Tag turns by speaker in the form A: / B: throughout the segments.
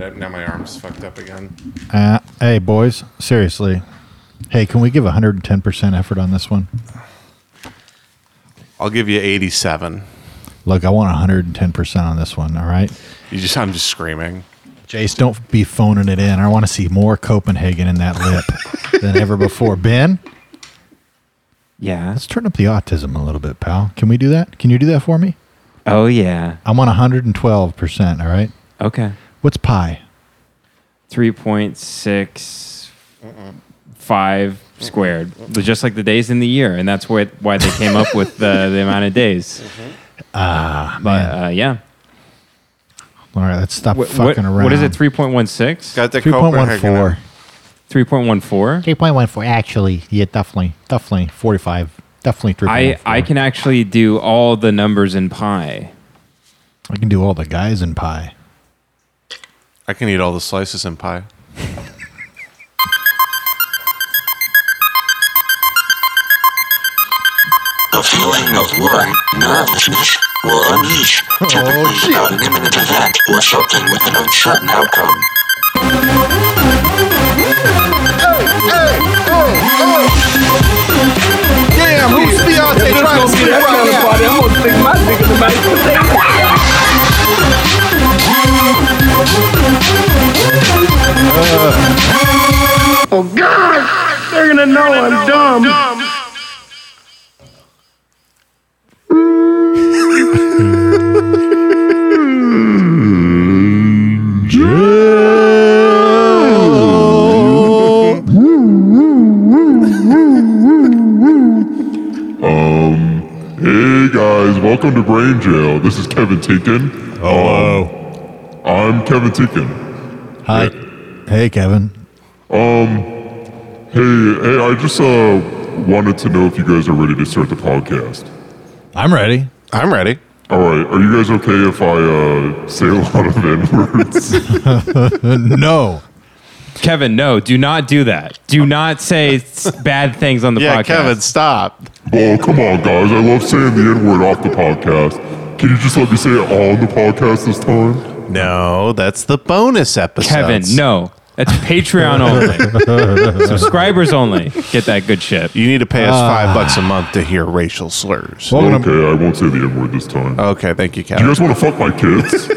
A: Uh, Now my arm's fucked up again.
B: Uh, hey, boys, seriously. Hey, can we give 110% effort on this one?
A: I'll give you 87.
B: Look, I want 110% on this one, all right?
A: You just, I'm just screaming.
B: Jace, don't be phoning it in. I want to see more Copenhagen in that lip than ever before. Ben,
C: Yeah.
B: let's turn up the autism a little bit, pal. Can we do that? Can you do that for me?
C: Oh yeah.
B: I'm on 112%, all right?
C: Okay.
B: What's pi?
C: Three point six five squared, just like the days in the year, and that's why why they came up with the, the amount of days.
B: Ah, man.
C: But uh, yeah,
B: All right, let's stop
C: Wh- what,
B: fucking around.
C: what is it? Three point one six?
A: Got the Copenhagen up.
B: 3.14.
C: Three point one four.
B: 3.14, actually. Yeah, definitely. Definitely. 45. Definitely 3.14.
C: I I can actually do all the numbers in pi.
B: I can do all the guys in pie.
A: I can eat all the slices in pie.
D: The feeling of worry, nervousness, or unease, typically about an imminent event or something with an uncertain outcome.
E: Oh,
F: Um, Hey guys, welcome to Brain Jail. This is Kevin Tinkin. Hello. I'm Kevin Tinkin.
B: Hi. Hey, Kevin.
F: Um, Hey, hey, I just uh wanted to know if you guys are ready to start the podcast.
B: I'm ready.
A: I'm ready.
F: All right, are you guys okay if I uh say a lot of n words?
B: no.
C: Kevin, no, do not do that. Do not say s- bad things on the
A: Yeah,
C: podcast.
A: Kevin, stop.
F: oh, come on, guys! I love saying the n word off the podcast. Can you just let me say it on the podcast this time?
A: No, that's the bonus episode.
C: Kevin, no. That's Patreon only. Subscribers only. Get that good shit.
A: You need to pay us
G: Ah.
A: five bucks a month to hear racial slurs.
B: Welcome to,
F: Okay, I won't say the n word this time.
A: Okay, thank you,
F: you
A: Kevin.
F: guys want to fuck my kids?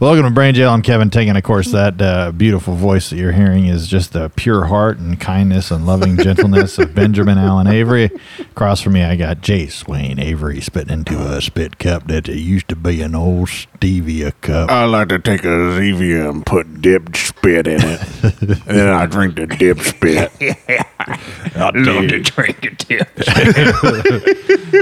B: welcome to Brain Jail. I'm Kevin Taking. Of course, that uh, beautiful voice that you're hearing is just the pure heart and kindness and loving gentleness of Benjamin Allen Avery. Across from me, I got Jace Wayne Avery spitting into a spit cup that it used to be an old stevia cup.
G: I like to take a Zevia and put dip spit in it. and then I drink the dip spit. I love to drink the dip.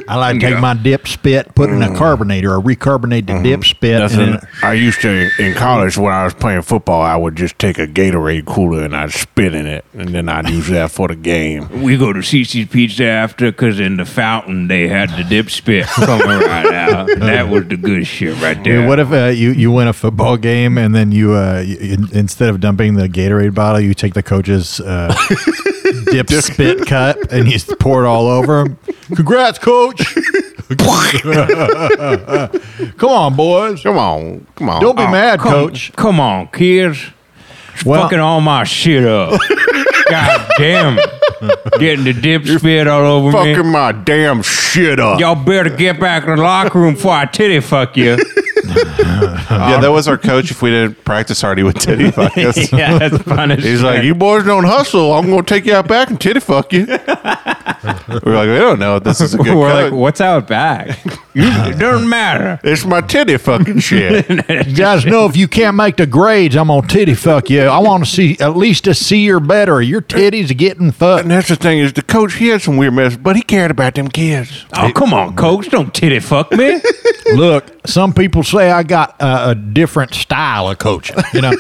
B: I like to take my dip spit, put in a carbonator, or recarbonate the dip spit, and then
G: I used to, in college, when I was playing football, I would just take a Gatorade cooler and I'd spit in it. And then I'd use that for the game.
H: We go to CC's Pizza after because in the fountain they had the dip spit coming right out. That was the good shit right
B: Dude,
H: there.
B: what if uh, you you win a football game and then you, uh, you in, instead of dumping the Gatorade bottle, you take the coach's uh, dip spit cup and you pour it all over him. Congrats, coach! Come on, boys!
A: Come on. Come on.
B: Don't be
A: Oh,
B: mad,
H: come,
B: coach.
H: Come on, kids.
B: Well-
H: Fucking all my shit up. God damn. it. Getting the dip spit all over me.
A: Fucking my damn shit up.
H: Y'all better get back in the locker room before I titty fuck you.
A: Yeah,
G: Um,
A: that was our coach. If we didn't practice hard, he would titty fuck us.
H: yeah, that's punishment.
A: He's like, you boys don't hustle. I'm going to take you out back and titty fuck you. We're like, we don't know. This is a
C: We're
A: good
C: like,
A: coach.
C: what's out back?
H: it doesn't matter.
A: it's my titty fucking shit.
B: You guys know if you can't make the grades, I'm gonna titty fuck you. I want to see at least a C or better. Your titties are getting fucked.
A: And that's the thing is the coach, he had some weird mess, but he cared about them kids.
H: Oh, come on, coach. Don't titty fuck me.
B: Look, some people say I got uh, a different style of coaching, you know,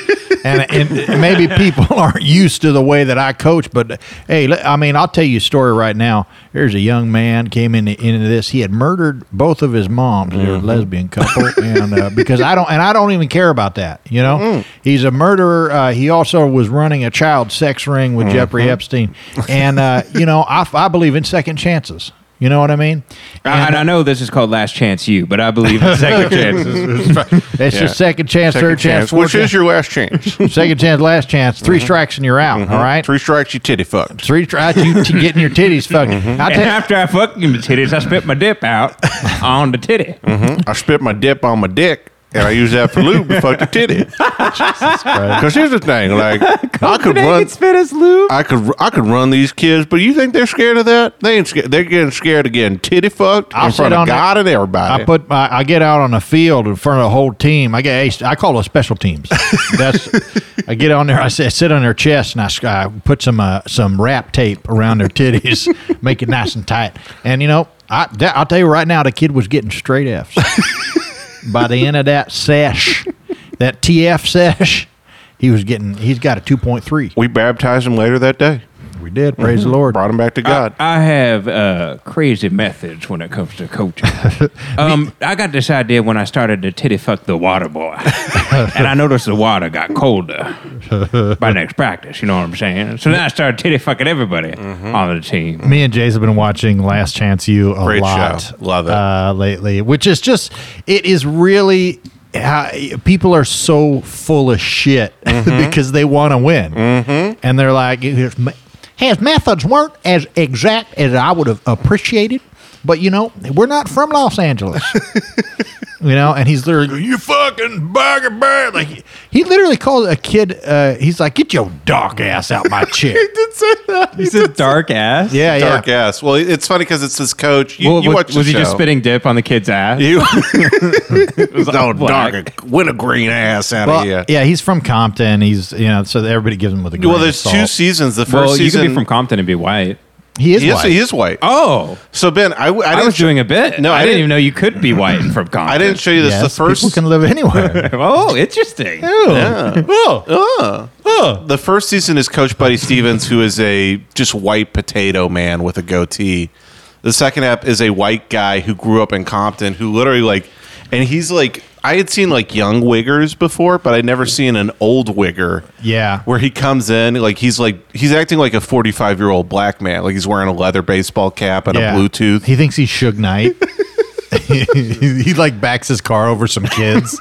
B: and, and maybe people aren't used to the way that I coach. But hey, le- I mean, I'll tell you a story right now. Here's a young man came into into this. He had murdered both of his moms. They
H: Mm-hmm.
B: were a lesbian couple, and uh, because I don't, and I don't even care about that, you know. He's a murderer. Uh, he also was running a
A: Mm-hmm.
B: child sex ring with Jeffrey Epstein, and uh, you know, I, I believe in second chances.
I: You know what I mean?
C: I, and I know this is called Last Chance You, but I believe in second chances.
I: That's your second chance, third chance, fourth
A: which is your last chance.
I: your second chance, last chance,
A: Mm-hmm.
I: 3 strikes and you're out. all right,
A: Three strikes, you titty fucked.
I: three strikes, you t- getting your titties fucked.
A: Mm-hmm.
I: I
C: And
I: tell-
C: after I fucking the titties, I spit my dip out on the titty.
A: Mm-hmm. I spit my dip on my dick. And I use that for lube to fuck the titty. Because here's the thing, like I could run,
C: spit as lube.
A: I could, I could run these kids, but you think they're scared of that? They ain't scared. They're getting scared of getting titty fucked
I: I'll
A: in
I: sit
A: front of
I: on
A: God
I: that-
A: and everybody.
I: I put my, I get out on the field in front of the whole team. I get ace- I call it special teams. That's I get on there. I sit, sit on their chest and I, sc- I put some uh, some wrap tape around their titties, make it nice and tight. And you know, I that, I'll tell you right now, the kid was getting straight Fs by the end of that sesh, that TF sesh. He was getting. He's got a two point three.
A: we baptized him later that day.
I: We did. Praise the Lord.
A: Mm-hmm. Brought him back to God.
E: I have uh, crazy methods when it comes to coaching. um, I got this idea when I started to titty fuck the water boy, and I noticed the water got colder by next practice. You know what I'm saying? So then I started titty fucking everybody
A: Mm-hmm.
E: on the team.
I: me and Jay's have been watching Last Chance You a
A: Great
I: lot,
A: show. Love it.
I: uh, lately, which is just it is really how people are so full of shit
A: Mm-hmm.
I: because they want to win, mm-hmm. and they're like, his, me- his methods weren't as exact as I would have appreciated, but you know, we're not from Los Angeles. You know, and he's literally going, "You fucking bugger bird!" Like he, he literally called a kid. Uh, he's like, "Get your dark ass out my chair!"
C: He's a dark ass.
I: yeah, yeah.
A: Dark ass. Well, it's funny because it's his coach. You,
C: Well,
A: you
C: was-
A: watch the
C: was he just
A: show.
C: spitting dip on the kid's ass?
A: You,
C: was all black.
A: wintergreen ass out
I: Well,
A: of
I: yeah.
A: here.
I: he's from Compton. He's you know, so everybody gives him with a grain
A: Well, there's
I: of
A: two
I: salt.
A: seasons. The first
C: Well, you
A: season,
C: could be from Compton and be white.
I: He is
A: he is,
I: white.
A: he is white.
C: Oh,
A: So Ben, I, w- I
C: I,
A: didn't
C: was
A: sh-
C: doing a bit.
A: No,
C: I,
A: I
C: didn't
A: didn't-
C: even know you could be white and from Compton.
A: I didn't show you this.
I: Yes,
A: the
I: people
A: first
I: can live anywhere.
C: Oh, interesting.
I: Oh.
A: Oh. the first season is Coach Buddy Stevens, who is a just white potato man with a goatee. The second app is a white guy who grew up in Compton, who literally like, and he's like, I had seen like young wiggers before, but I'd never seen an old wigger.
I: Yeah.
A: where he comes in, like he's like he's acting like a forty-five year old black man, like he's wearing a leather baseball cap and
I: Yeah.
A: a Bluetooth.
I: He thinks he's Suge Knight. he, he, like backs his car over some kids.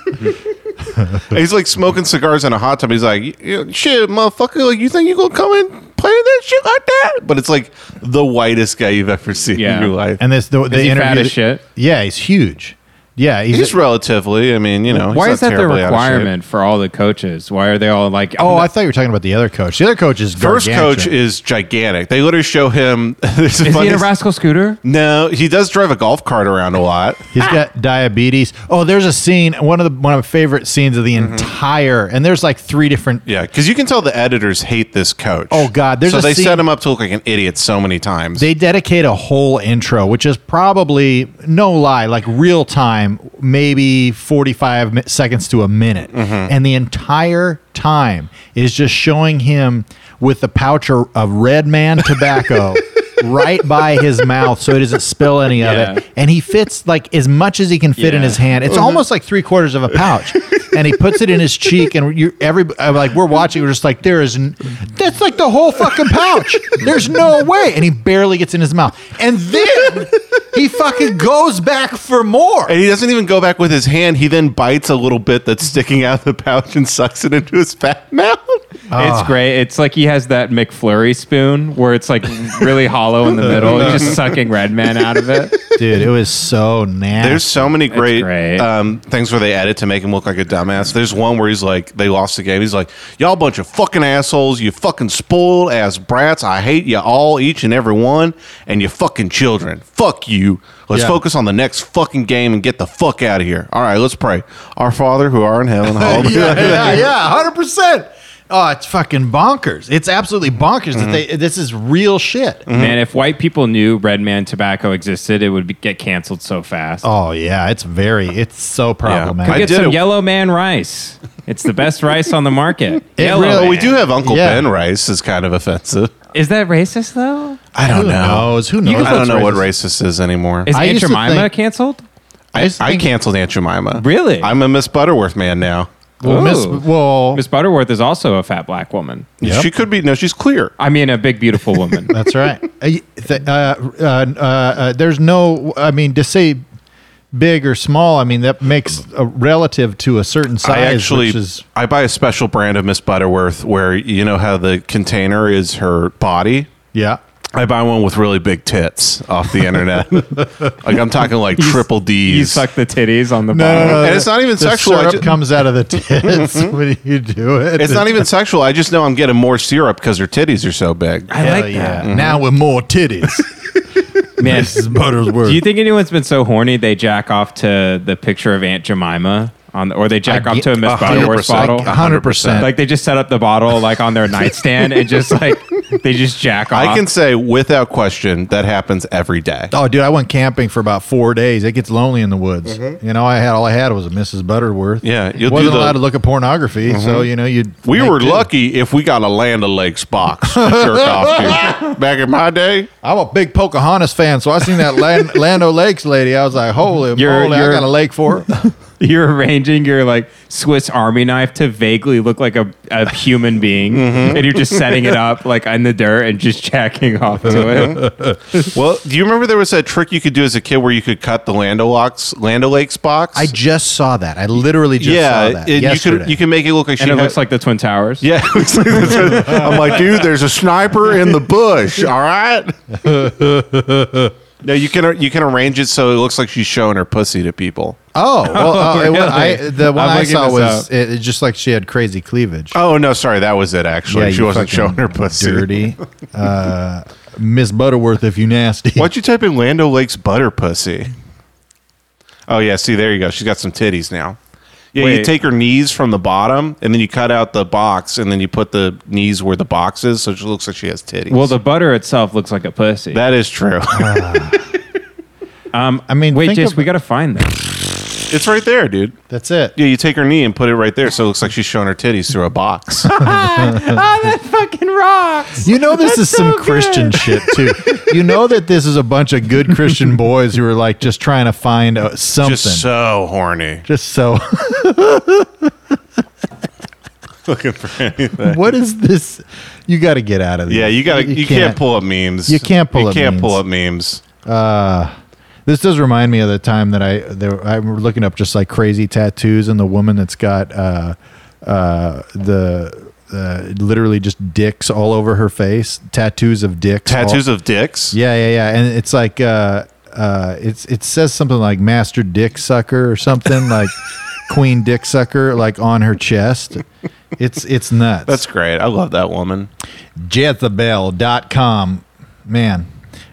A: He's like smoking cigars in a hot tub. He's like, "Y- y- shit, motherfucker, like you think you gonna come and play that shit like that? But it's like the whitest guy you've ever seen
C: Yeah.
A: in your life.
I: and this the, the
C: he fat
I: interview.
C: as shit?
I: Yeah, he's huge. Yeah, he's,
A: he's relatively, I mean, you know, he's
C: Why
A: not
C: is that the
A: terribly out of shape.
C: requirement for all the coaches? Why are they all like,
I: Oh, I thought you were talking about the other coach. The other coach is
A: First
I: gargantuan.
A: coach is gigantic. They literally show him. There's a
C: is
A: funny
C: he in a rascal scooter?
A: no, he does drive a golf cart around a lot.
I: He's got diabetes. Oh, there's a scene. One of the one of my favorite scenes of the
A: Mm-hmm.
I: entire. And there's like three different
A: Yeah, because you can tell the editors hate this coach.
I: Oh, God, there's
A: so
I: a
A: they
I: scene-
A: set him up to look like an idiot so many times.
I: They dedicate a whole intro, which is probably no lie, like real time, maybe 45 mi- seconds to a minute.
A: Mm-hmm.
I: And the entire time is just showing him with the pouch of of Red Man tobacco right by his mouth so he doesn't spill any of
C: Yeah.
I: it. And he fits like as much as he can fit in
C: Yeah.
I: his hand. It's almost like three quarters of a pouch. and he puts it in his cheek, and you every I'm like we're watching, we're just like there is, n- that's like the whole fucking pouch. There's no way, and he barely gets in his mouth, and then he fucking goes back for more.
A: And he doesn't even go back with his hand. He then bites a little bit that's sticking out of the pouch and sucks it into his fat mouth.
I: Oh, Ah.
C: It's great. It's like he has that McFlurry spoon where it's like really hollow in the middle, just sucking Red Man out of it.
I: Dude, it was so nasty.
A: There's so many great,
C: great.
A: Um, things where they edit to make him look like a dumbass. There's one where he's like, they lost the game. He's like, y'all bunch of fucking assholes. You fucking spoiled ass brats. I hate you all, each and every one, and you fucking children. Fuck you. Let's
I: Yeah.
A: focus on the next fucking game and get the fuck out of here. All right, let's pray. Our Father who art in heaven, hallowed be thy
I: yeah, yeah, yeah, hundred percent. Oh, it's fucking bonkers. It's absolutely bonkers
A: Mm-hmm.
I: that they. This is real shit.
C: Man, if white people knew Red Man tobacco existed, it would be, get canceled so fast.
I: Oh yeah, it's very. It's so problematic.
A: I
C: Get
A: did
C: some
A: it-
C: Yellow Man rice. It's the best rice on the market. Yellow
I: really-
A: Well,
C: Man.
A: Oh, we do have Uncle
I: Yeah.
A: Ben Rice is kind of offensive.
C: Is that racist though?
A: I don't
I: Who knows? Who knows?
A: I don't
I: what's
A: know what
I: racist.
A: racist is anymore.
C: Is
I: I
C: Aunt
I: used to
C: Jemima
I: think-
C: canceled?
A: I,
I: used to
A: I
I: think-
A: canceled Aunt Jemima.
C: Really?
A: I'm a Miss Butterworth man now. Oh.
I: Well, Miss,
C: Ooh.
I: well,
C: Miss Butterworth is also a fat black woman.
A: She could be. No, she's clear.
C: I mean, a big, beautiful woman.
I: that's right. Uh, y- th- uh, uh, uh, uh, there's no, I mean, to say big or small, I mean, that makes a relative to a certain size.
A: I actually,
I: which is,
A: I buy a special brand of Miss Butterworth where you know how the container is her body.
I: yeah.
A: I buy one with really big tits off the internet. like I'm talking like triple D's.
C: you suck the titties on the bottom.
A: no. And it's not even
I: the
A: sexual, I
I: Syrup
A: ju-
I: comes out of the tits when you do it.
A: It's not even sexual. I just know I'm getting more syrup because her titties are so big. Mm-hmm.
C: I
I: Hell
C: like
I: yeah. Now with more titties.
C: that. Man,
I: Buttersworth.
C: do you think anyone's been so horny they jack off to the picture of Aunt Jemima on, the, or they jack
I: I
C: off
I: get-
C: to a Miss Butterworth
A: 100%.
C: bottle?
I: 100%.
C: Like they just set up the bottle like on their nightstand and just like they just jack off.
A: I can say without question that happens every day.
I: Oh, dude, I went camping for about four days. It gets lonely in the woods. You know, I had all I had was a Mrs. Butterworth.
A: Yeah, you'll
I: wasn't
A: do the- Mm-hmm.
I: allowed to look at pornography, so you know you.
A: We were lucky if we got a Land O'Lakes box to jerk off to. Back in my day,
I: I'm a big Pocahontas fan, so I seen that Land, Lando Lakes lady. I was like, holy
C: You're-
I: moly,
C: you're-
I: I got a lake for her.
C: You're arranging your like Swiss Army knife to vaguely look like a, a human being,
I: Mm-hmm.
C: and you're just setting it up like in the dirt and just jacking off
I: Mm-hmm.
C: to it.
A: well, do you remember there was that trick you could do as a kid where you could cut the Land O'Lakes Land O'Lakes box?
I: I just saw that. I literally just
A: yeah,
I: saw that
A: and you
I: yesterday.
A: could you can make it look like she
C: And it
A: had-
C: looks like the Twin Towers.
A: yeah. it looks like that's what- I'm like, dude, there's a sniper in the bush. All right. no, you can uh, you can arrange it so it looks like she's showing her pussy to people.
I: oh, well, uh, it was- I,
C: Really?
I: the one
C: I'm
I: i
C: looking
I: saw
C: this
I: was
C: up.
I: it, it just like she had crazy cleavage.
A: Oh no, sorry, that was it. Actually, she
I: you
A: wasn't
I: fucking
A: showing her pussy.
I: Dirty, uh, Miss Butterworth, if you nasty.
A: Why'd you type in Lando Lake's butter pussy? Oh yeah, see there you go. She's got some titties now. Yeah, you
C: Wait.
A: take her knees from the bottom, and then you cut out the box, and then you put the knees where the box is, so she looks like she has titties.
C: Well, the butter itself looks like a pussy.
A: that is true.
I: Ah. Um, I mean,
C: Wait,
I: think
C: Jess,
I: of-
C: we gotta find that.
A: it's right there, dude.
I: That's it.
A: Yeah, you take her knee and put it right there, so it looks like she's showing her titties through a box.
C: Ah, Fucking rocks.
I: You know this is some
C: so
I: Christian shit too. You know that this is a bunch of good Christian boys who are like just trying to find uh, something.
A: Just so horny.
I: Just so.
A: Looking for anything.
I: what is this? You got to get out of this.
A: Yeah, you gotta. You, can't, pull up memes.
I: You can't pull
A: You
I: up
A: can't pull
I: memes.
A: up memes.
I: Uh, This does remind me of the time that I there, I remember looking up just like crazy tattoos and the woman that's got uh, uh, the uh, literally just dicks all over her face, tattoos of dicks, all-
A: Tattoos of dicks.
I: Yeah, yeah, yeah. And it's like uh uh it's it says something like Master Dick Sucker or something like Queen Dick Sucker like on her chest. It's it's nuts.
A: That's great. I love that woman.
I: Jezebel.com. Man.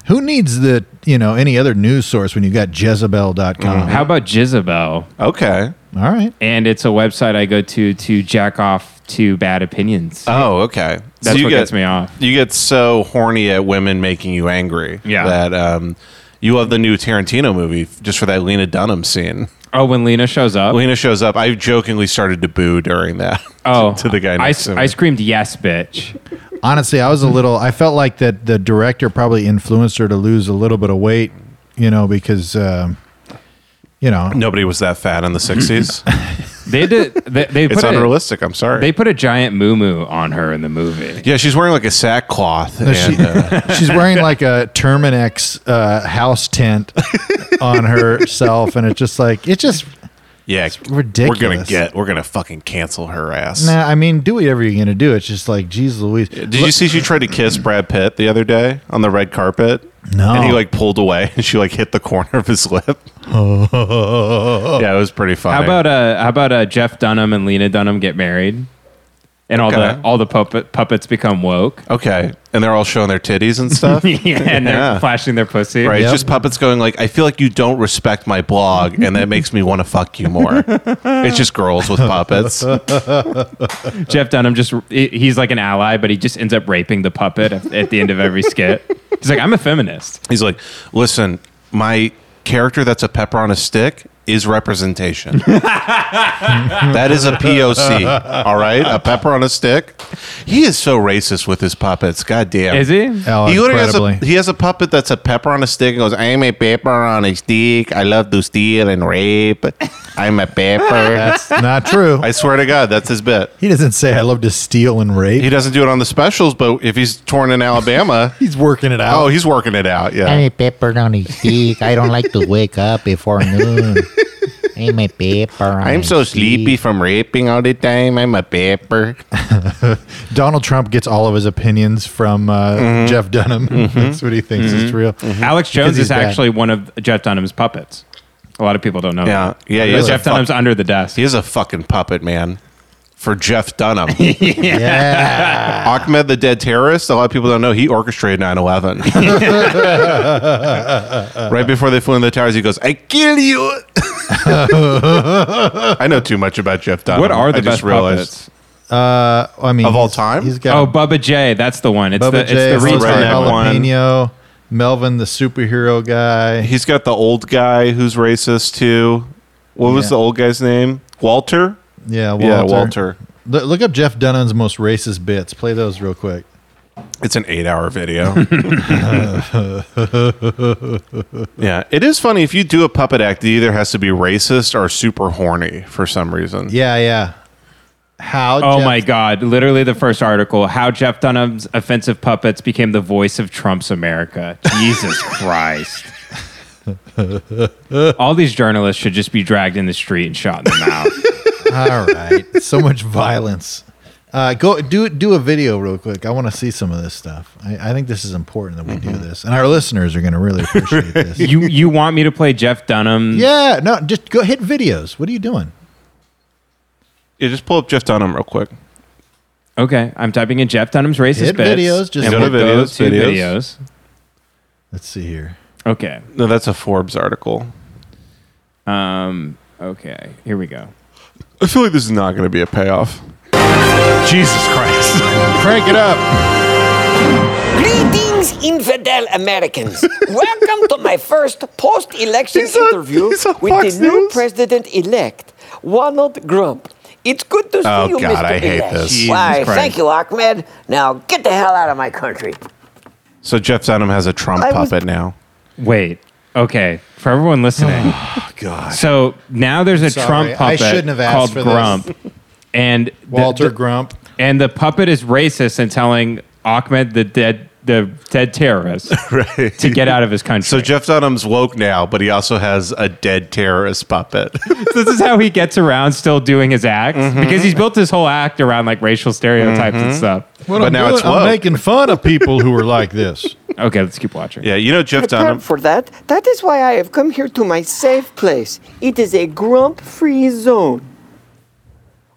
I: Who needs the you know any other news source when you got Jezebel.com?
A: Mm-hmm.
I: com?
C: How about Jezebel?
A: Okay.
I: Uh-huh. All right.
C: And it's a website I go to to jack off to bad opinions.
A: Oh, okay.
C: That's what gets me off.
A: You get so horny at women making you angry.
C: Yeah.
A: That um, you love the new Tarantino movie just for that Lena Dunham scene.
C: oh, when Lena shows up.
A: Lena shows up. I jokingly started to boo during that.
C: oh,
A: to the guy
C: I,
A: next to me.
C: I screamed yes, bitch.
I: Honestly, I was a little I felt like that the director probably influenced her to lose a little bit of weight, you know, because um, you know,
A: Nobody was that fat in the sixties.
C: They did. They, they
A: it's
C: put a-
A: unrealistic. I'm sorry.
C: They put a giant moo on her in the movie.
A: yeah, she's wearing like a sackcloth.
I: No,
A: and,
I: she-
A: uh,
I: she's wearing like a Terminex uh, house tent on herself, and it's just like it just.
A: yeah,
I: ridiculous.
A: We're gonna get. We're gonna fucking cancel her ass.
I: Nah, I mean, do whatever you're gonna do. It's just like, geez, Louise.
A: Did you see she tried to kiss Brad Pitt the other day on the red carpet?
I: No.
A: And he like pulled away and she like hit the corner of his lip. yeah, it was pretty funny.
C: How about uh, how about uh, Jeff Dunham and Lena Dunham get married, and all
A: Okay.
C: the all the puppet, puppets become woke,
A: Okay. And they're all showing their titties and stuff.
C: yeah, and they're
A: Yeah.
C: flashing their pussy.
A: Right.
I: Yep.
A: It's just puppets going like, I feel like you don't respect my blog and that makes me want to fuck you more. it's just girls with puppets.
C: Jeff Dunham just he- he's like an ally, but he just ends up raping the puppet at, at the end of every skit. He's like, I'm a feminist.
A: He's like, listen, my character that's a pepper on a stick is representation. that is a POC. All right, a pepper on a stick. He is so racist with his puppets. God damn.
C: Is he?
B: Oh,
A: he literally has a,
B: incredibly.
A: he has a puppet that's a pepper on a stick and goes, I'm a pepper on a stick. I love to steal and rape. I'm a pepper.
B: That's not true.
A: I swear to God, that's his bit.
B: He doesn't say I love to steal and rape.
A: He doesn't do it on the specials, but if he's torn in Alabama,
B: He's working it out.
A: oh, he's working it out. Yeah.
J: I'm a pepper on his stick. I don't like to wake up before noon. I'm a pepper on
A: I'm
J: a
A: so
J: stick.
A: sleepy from raping all the time. I'm a pepper.
B: Donald Trump gets all of his opinions from uh,
A: Mm-hmm.
B: Jeff Dunham. That's what he thinks is real.
C: Alex Jones
B: he's
C: is
B: bad.
C: actually one of Jeff Dunham's puppets. A lot of people don't know.
A: Yeah.
C: that.
A: Yeah. He
C: But
A: is, a
C: Jeff
A: fuck,
C: Dunham's under the desk.
A: he is a fucking puppet, man. For Jeff Dunham.
B: Yeah.
A: Ahmed the dead terrorist, a lot of people don't know, he orchestrated 9 11. right before they flew into the towers, he goes, I kill you. I know too much about Jeff Dunham.
C: What are the
A: I
C: best puppets?
B: Uh, I mean,
A: Of all
B: he's-
A: time?
B: he's got
C: Oh, Bubba J. That's the one. It's
B: Bubba
C: the
B: J,
C: it's the
B: Jose
A: redneck
C: redneck one.
B: Jalapeno, Melvin the superhero guy.
A: He's got the old guy who's racist, too. What was
B: Yeah.
A: the old guy's name? Walter?
B: Yeah, Walter.
A: Yeah, Walter.
B: Look, look up Jeff Dunham's most racist bits. Play those real quick.
A: It's an eight hour video. yeah, it is funny. If you do a puppet act, it either has to be racist or super horny for some reason.
B: Yeah, yeah. How?
C: Oh
B: Jeff-
C: my God! Literally, the first article: How Jeff Dunham's offensive puppets became the voice of Trump's America. Jesus Christ! All these journalists should just be dragged in the street and shot in the mouth.
B: All right. So much violence. Uh, go do do a video real quick. I want to see some of this stuff. I, I think this is important that we do
A: Mm-hmm.
B: this, and our listeners are going to really appreciate this.
C: you you want me to play Jeff
A: Mm.
C: Dunham?
B: Yeah, no, just go hit videos. What are you doing?
A: Yeah, just pull up Jeff Dunham real quick.
C: Okay, I'm typing in Jeff Dunham's racist
B: Hit
C: bits,
B: videos, just-
C: and
A: Go
C: we'll
A: to
C: go
A: videos,
C: to
A: videos.
C: videos.
B: Let's see here.
C: Okay.
A: No, that's a Forbes article.
C: Um. Okay. Here we go.
A: I feel like this is not going to be a payoff. Jesus Christ.
B: Crank it up.
K: Greetings, infidel Americans. Welcome to my first post election
A: He's on-
K: interview
A: he's on
K: with
A: Fox
K: the new
A: News.
K: president elect, Ronald Grump. It's good to see
A: Oh,
K: you,
A: God,
K: Mr.
A: I hate
K: elect.
A: this. Jesus
K: Why,
C: Christ.
K: thank you, Ahmed. Now get the hell out of my country.
A: so Jeff Dunham has a Trump
K: I was-
A: puppet now.
C: Wait. Okay. For everyone listening. Oh, God. So now there's a
B: Sorry,
C: Trump
B: I
C: puppet
B: shouldn't have asked
C: called
B: for this.
C: Grump. And the-
B: Walter
C: the,
B: Grump.
C: and the puppet is racist and telling Ahmed the dead the dead terrorist to get out of his country.
A: So Jeff Dunham's woke now, but he also has a dead terrorist puppet.
C: this is how he gets around still doing his acts
A: Mm-hmm.
C: because he's built his whole act around like racial stereotypes and stuff.
A: but now it's woke.
B: I'm making fun of people who are like this.
C: Okay, let's keep watching.
A: yeah, you know Jeff Dunham.
K: Prepared for that. That is why I have come here to my safe place. It is a grump-free zone.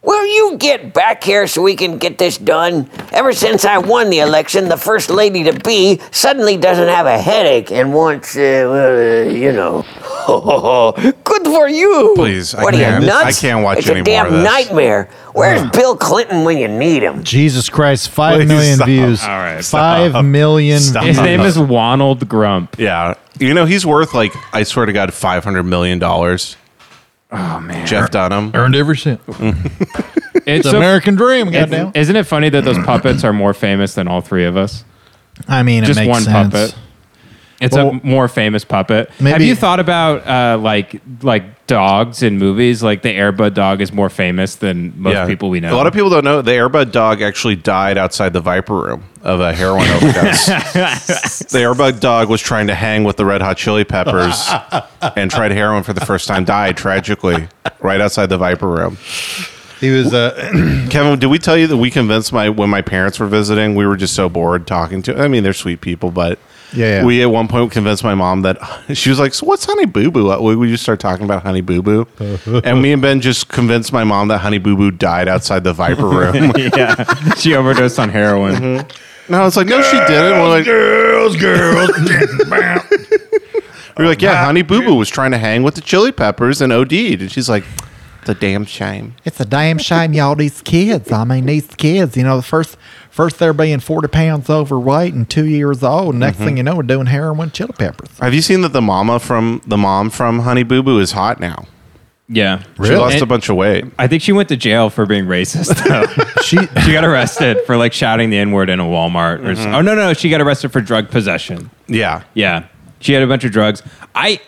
L: Will you get back here so we can get this done? Ever since I won the election, the first lady to be suddenly doesn't have a headache and wants, uh, well, uh, you know.
K: Good for you.
A: Please, I
L: What are
A: can't.
L: you nuts?
A: I can't watch
L: it's
A: any
L: a
A: more of
L: damn
A: this.
L: nightmare. Where's Bill Clinton when you need him?
B: Jesus Christ, five
A: Please
B: million
A: stop.
B: views.
A: All right, stop.
B: Five million
A: Stop.
C: His
B: views.
C: name is Ronald Grump.
A: Yeah, you know he's worth like I swear to God, five hundred million dollars.
C: Oh man.
A: Jeff Dunham.
B: Earned every cent.
C: It's
B: The
C: so-
B: American dream,
C: Isn't-
B: goddamn.
C: Isn't it funny that those puppets are more famous than all three of us?
B: I mean, it
C: Just
B: makes
C: one
B: sense.
C: puppet. It's
B: Well-
C: a more famous puppet. Have
B: Maybe-
C: you thought about uh, like like dogs in movies? Like the Airbud dog is more famous than most people we know.
A: A lot of people don't know the Airbud dog actually died outside the Viper Room of a heroin overdose. the Airbud dog was trying to hang with the Red Hot Chili Peppers and tried heroin for the first time. Died tragically right outside the Viper Room.
B: He was uh,
A: Kevin, did we tell you that we convinced my when my parents were visiting, we were just so bored talking to. I mean, they're sweet people, but
B: Yeah, yeah.
A: we at one point convinced my mom that she was like, "So what's Honey Boo Boo?" We, we just started talking about Honey Boo Boo, and me and Ben just convinced my mom that Honey Boo Boo died outside the Viper Room. Mm-hmm.
C: yeah, she overdosed on heroin.
A: no, it's like no, she didn't. We're like,
G: Girls, girls,
A: we were like, yeah, Honey Boo Boo was trying to hang with the Chili Peppers and OD'd, and she's like, "The damn shame."
B: It's a damn shame, y'all. These kids. I mean, these kids. You know, the first first they're being forty pounds overweight and two years old. Next thing you know, we're doing heroin, chili peppers.
A: Have you seen that the mama from the mom from Honey Boo Boo is hot now?
C: Yeah.
A: She lost a bunch of weight.
C: I think she went to jail for being racist. Though. she she got arrested for like shouting the N word in a Walmart. Or, s-
A: Mhm.
C: Oh no no, she got arrested for drug possession.
A: Yeah.
C: Yeah, she had a bunch of drugs. I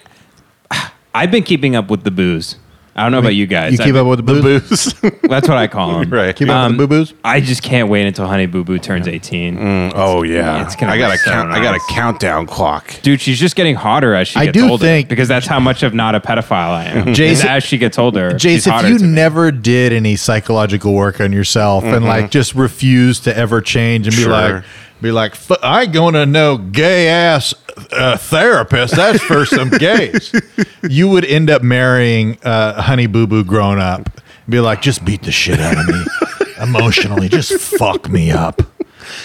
C: I've been keeping up with the booze. I don't know about you guys.
I: You keep
C: I've-
I: up with the booze?
C: That's what I call them.
A: Right.
I: Keep up with the boo-boos?
C: I just can't wait until Honey Boo Boo turns eighteen.
A: oh yeah,
C: it's gonna.
A: I
C: be
A: got a
C: so
A: count. I got a
C: nice.
A: countdown clock.
C: Dude, she's just getting hotter as she
I: I
C: gets
I: do
C: older.
I: think-
C: because that's how much of not a pedophile I am.
I: Jason-
C: Jason, as she gets older, she's
I: Jason,
C: hotter
I: if
C: to
I: you
C: me.
I: never did any psychological work on yourself and
C: Mhm.
I: like just refuse to ever change and be
A: Mm-hmm. Sure.
I: like, be like, "F- I ain't going to no gay ass uh, therapist. That's for some gays. You would end up marrying uh, Honey Boo Boo grown up. Be like, just beat the shit out of me emotionally. Just fuck me up.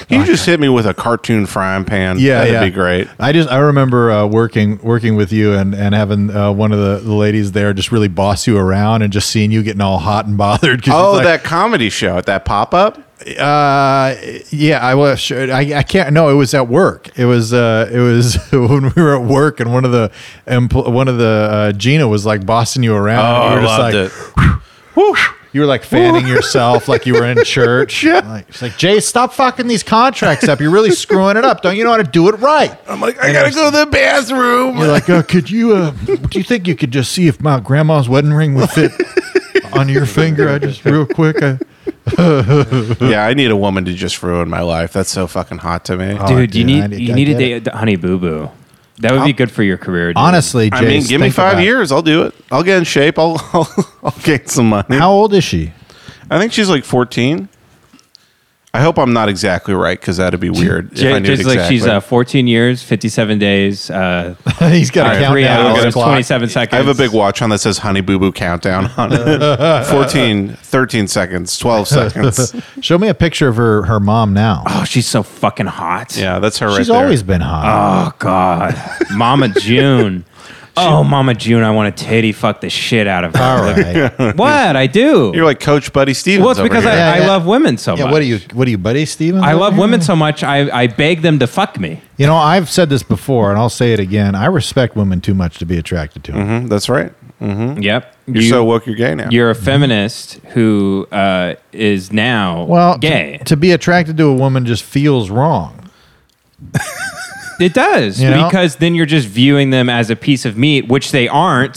A: Can you just hit me with a cartoon frying pan?
I: Yeah,
A: that'd
I: yeah.
A: be great.
I: I just I remember uh, working working with you and and having uh, one of the, the ladies there just really boss you around and just seeing you getting all hot and bothered. 'cause
A: Oh,
I: it's like,
A: that comedy show at that pop up.
I: Uh, yeah, I was. Sure, I, I can't. No, it was at work. It was. Uh, it was when we were at work, and one of the empl- one of the uh, Gina was like bossing you around.
A: Oh,
I: and
A: I
I: you just
A: loved
I: like,
A: it.
I: You were like fanning yourself, like you were in church. yeah. Like, it's like Jay, stop fucking these contracts up. You're really screwing it up. Don't you know how to do it right? I'm like,
A: I gotta go to the bathroom.
I: You're like, uh, could you? Uh, do you think you could just see if my grandma's wedding ring would fit on your finger? I just real quick. I,
A: yeah, I need a woman to just ruin my life. That's so fucking hot to
I: Oh,
A: me,
C: Oh, dude, you need you need to date Honey Boo Boo. That would be good for your career. Dude.
A: I mean, give me five years. I'll do it. I'll get in shape. I'll, I'll I'll gain some money.
I: How old is she?
A: I think she's like fourteen. I hope I'm not exactly right because that'd be weird.
C: Jay,
A: if I knew it
C: Jay's like she's
A: exactly.
C: uh, 14 years, 57 days. Uh,
I: He's
A: got a
C: three
A: countdown on
C: hours,
A: his clock.
C: 27 seconds.
A: I have a big watch on that says Honey Boo Boo Countdown on it. 14, 13 seconds, 12 seconds.
I: Show me a picture of her her mom now.
C: Oh, she's so fucking hot.
A: Yeah, that's her
I: She's
A: right there.
I: always been hot.
C: Oh God, Mama June. oh, Mama June, I want to titty fuck the shit out of her.
I: All
C: right. what I do?
A: You're like Coach Buddy Stevens.
C: Well, it's
A: over
C: because I,
A: here.
C: I love women so
I: yeah,
C: much.
I: what are you? What are you, buddy Steven?
C: I love women so much. I, I beg them to fuck me.
I: You know, I've said this before, and I'll say it again. I respect women too much to be attracted to them.
A: Mhm, that's right. Mm-hmm.
C: Yep.
A: You're
C: You-
A: so woke, you're gay now.
C: You're a feminist who uh, is now
I: Well, to-
C: gay.
I: To, be attracted to a woman just feels wrong.
C: It does
I: You know?
C: because then you're just viewing them as a piece of meat, which they aren't.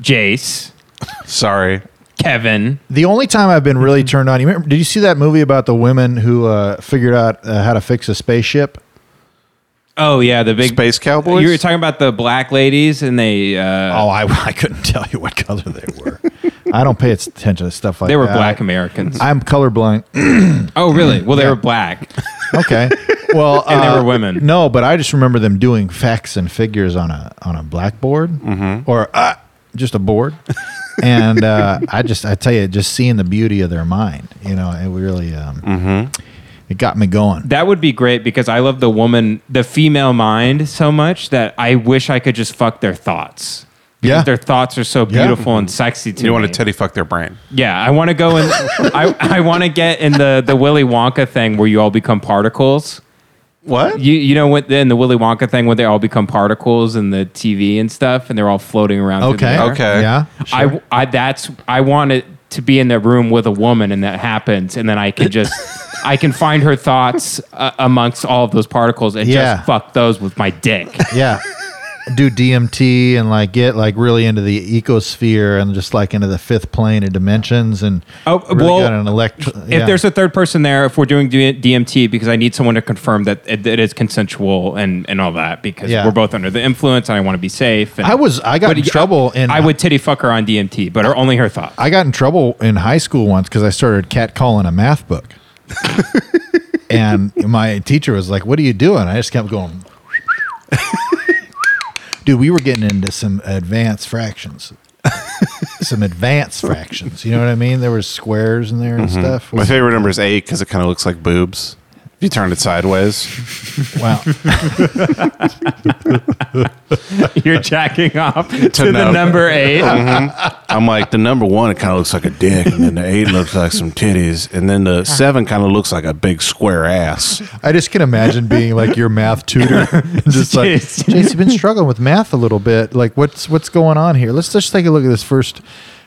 C: Jace,
A: sorry,
C: Kevin.
I: The only time I've been really turned on. You remember, did you see that movie about the women who uh, figured out uh, how to fix a spaceship?
C: Oh yeah, the big
A: Space Cowboys.
C: You were talking about the black ladies, and they uh,
I: Oh, I, I couldn't tell you what color they were. I don't pay attention to stuff like that.
C: they were black
I: I,
C: Americans.
I: I'm colorblind.
C: oh really? Well, they were black.
I: Okay. Well, uh,
C: And they were women.
I: No, but I just remember them doing facts and figures on a on a blackboard
C: Mm-hmm.
I: or uh, just a board. and uh, I just, I tell you, just seeing the beauty of their mind, you know, it really, um,
C: Mm-hmm.
I: it got me going.
C: That would be great because I love the woman, the female mind so much that I wish I could just fuck their thoughts. Because
I: Yeah.
C: their thoughts are so beautiful and sexy to
A: You
C: me.
A: want to teddy fuck their brain.
C: Yeah, I want to go in. I, I want to get in the the Willy Wonka thing where you all become particles.
A: What?
C: You you know what? Then the Willy Wonka thing where they all become particles in the TV and stuff, and they're all floating around. through the
I: Okay.
C: air.
A: Okay.
I: Yeah.
C: I I that's I want it to be in the room with a woman, and that happens, and then I can just. I can find her thoughts uh, amongst all of those particles and
I: Yeah.
C: just fuck those with my dick.
I: Yeah. Do DMT and like get like really into the ecosphere and just like into the fifth plane of dimensions and
C: Oh,
I: really
C: well,
I: got an elect-
C: If there's a third person there, if we're doing D- DMT, because I need someone to confirm that it, that it is consensual and, and all that, because
I: Yeah.
C: we're both under the influence and I want to be safe. And,
I: I was I got
C: But
I: in
C: yeah,
I: trouble in
C: I would titty fuck her on DMT, but her, only her thoughts.
I: I got in trouble in high school once because I started catcalling a math book. and my teacher was like, What are you doing? I just kept going. Dude, we were getting into some advanced fractions. some advanced fractions. You know what I mean? There were squares in there and stuff.
A: Mm-hmm. My favorite number is eight because it kind of looks like boobs. If you turn it sideways,
I: Wow.
C: You're jacking off to,
A: know. Mm-hmm.
C: the number 8
I: Oh,
A: I'm like the number one. It kind of looks like a dick, and then the eight looks like some titties, and then the seven kind of looks like a big square ass.
I: I just can imagine being like your math tutor. and just like
C: Jeez.
I: Jason, you've been struggling with math a little bit. Like what's what's going on here? Let's just take a look at this first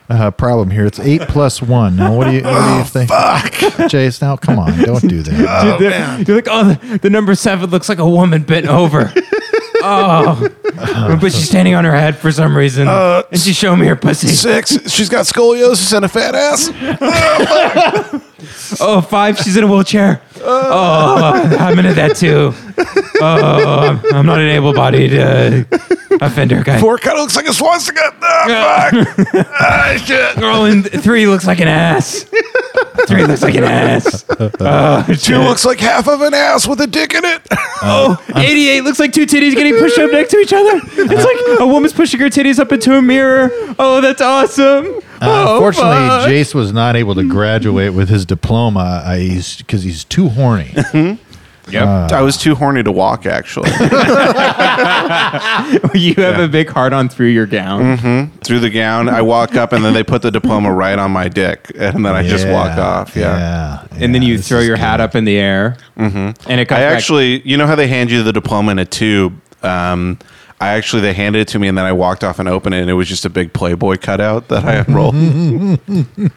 I: uh, problem here. It's eight plus one. Now, what do you, what do
C: Oh,
I: you think? Fuck. Chase, now come on. Don't do that.
C: Dude, they're- You're like, oh, the, the number seven looks like a woman bent over. oh,
I: Uh,
C: but she's standing on her head for some reason, and she's showing me her pussy.
A: Six, she's got scoliosis and a fat ass.
C: Oh, five, she's in a wheelchair. Oh, I'm into that too. Oh, I'm not an able-bodied uh, offender guy.
A: Four kind of looks like a swastika. Ah, fuck. ah, shit.
C: Oh, and three looks like an ass. Three looks like an ass. Oh,
A: Two looks like half of an ass with a dick in it.
C: Oh, 88 looks like two titties getting pushed up next to each other. It's like a woman's pushing her titties up into a mirror. Oh, that's awesome.
I: Uh,
C: Oh,
I: unfortunately,
C: fuck.
I: Jace was not able to graduate with his diploma. Uh, he's because he's too horny. Uh,
A: I was too horny Mm-hmm. to walk, actually.
C: you have a big heart on through your gown.
A: Mm-hmm. Through the gown, I walk up, and then they put the diploma right on my dick, and then I just walk off. Yeah.
C: And then
I: yeah,
C: you
I: this
C: throw
I: is
C: your
I: good.
C: hat up in the air. Mm-hmm. And it comes
A: I
C: back-
A: actually, you know how they hand you the diploma in a tube? Um, I actually, they handed it to me, and then I walked off and opened it, and it was just a big Playboy cutout that I unrolled. uh,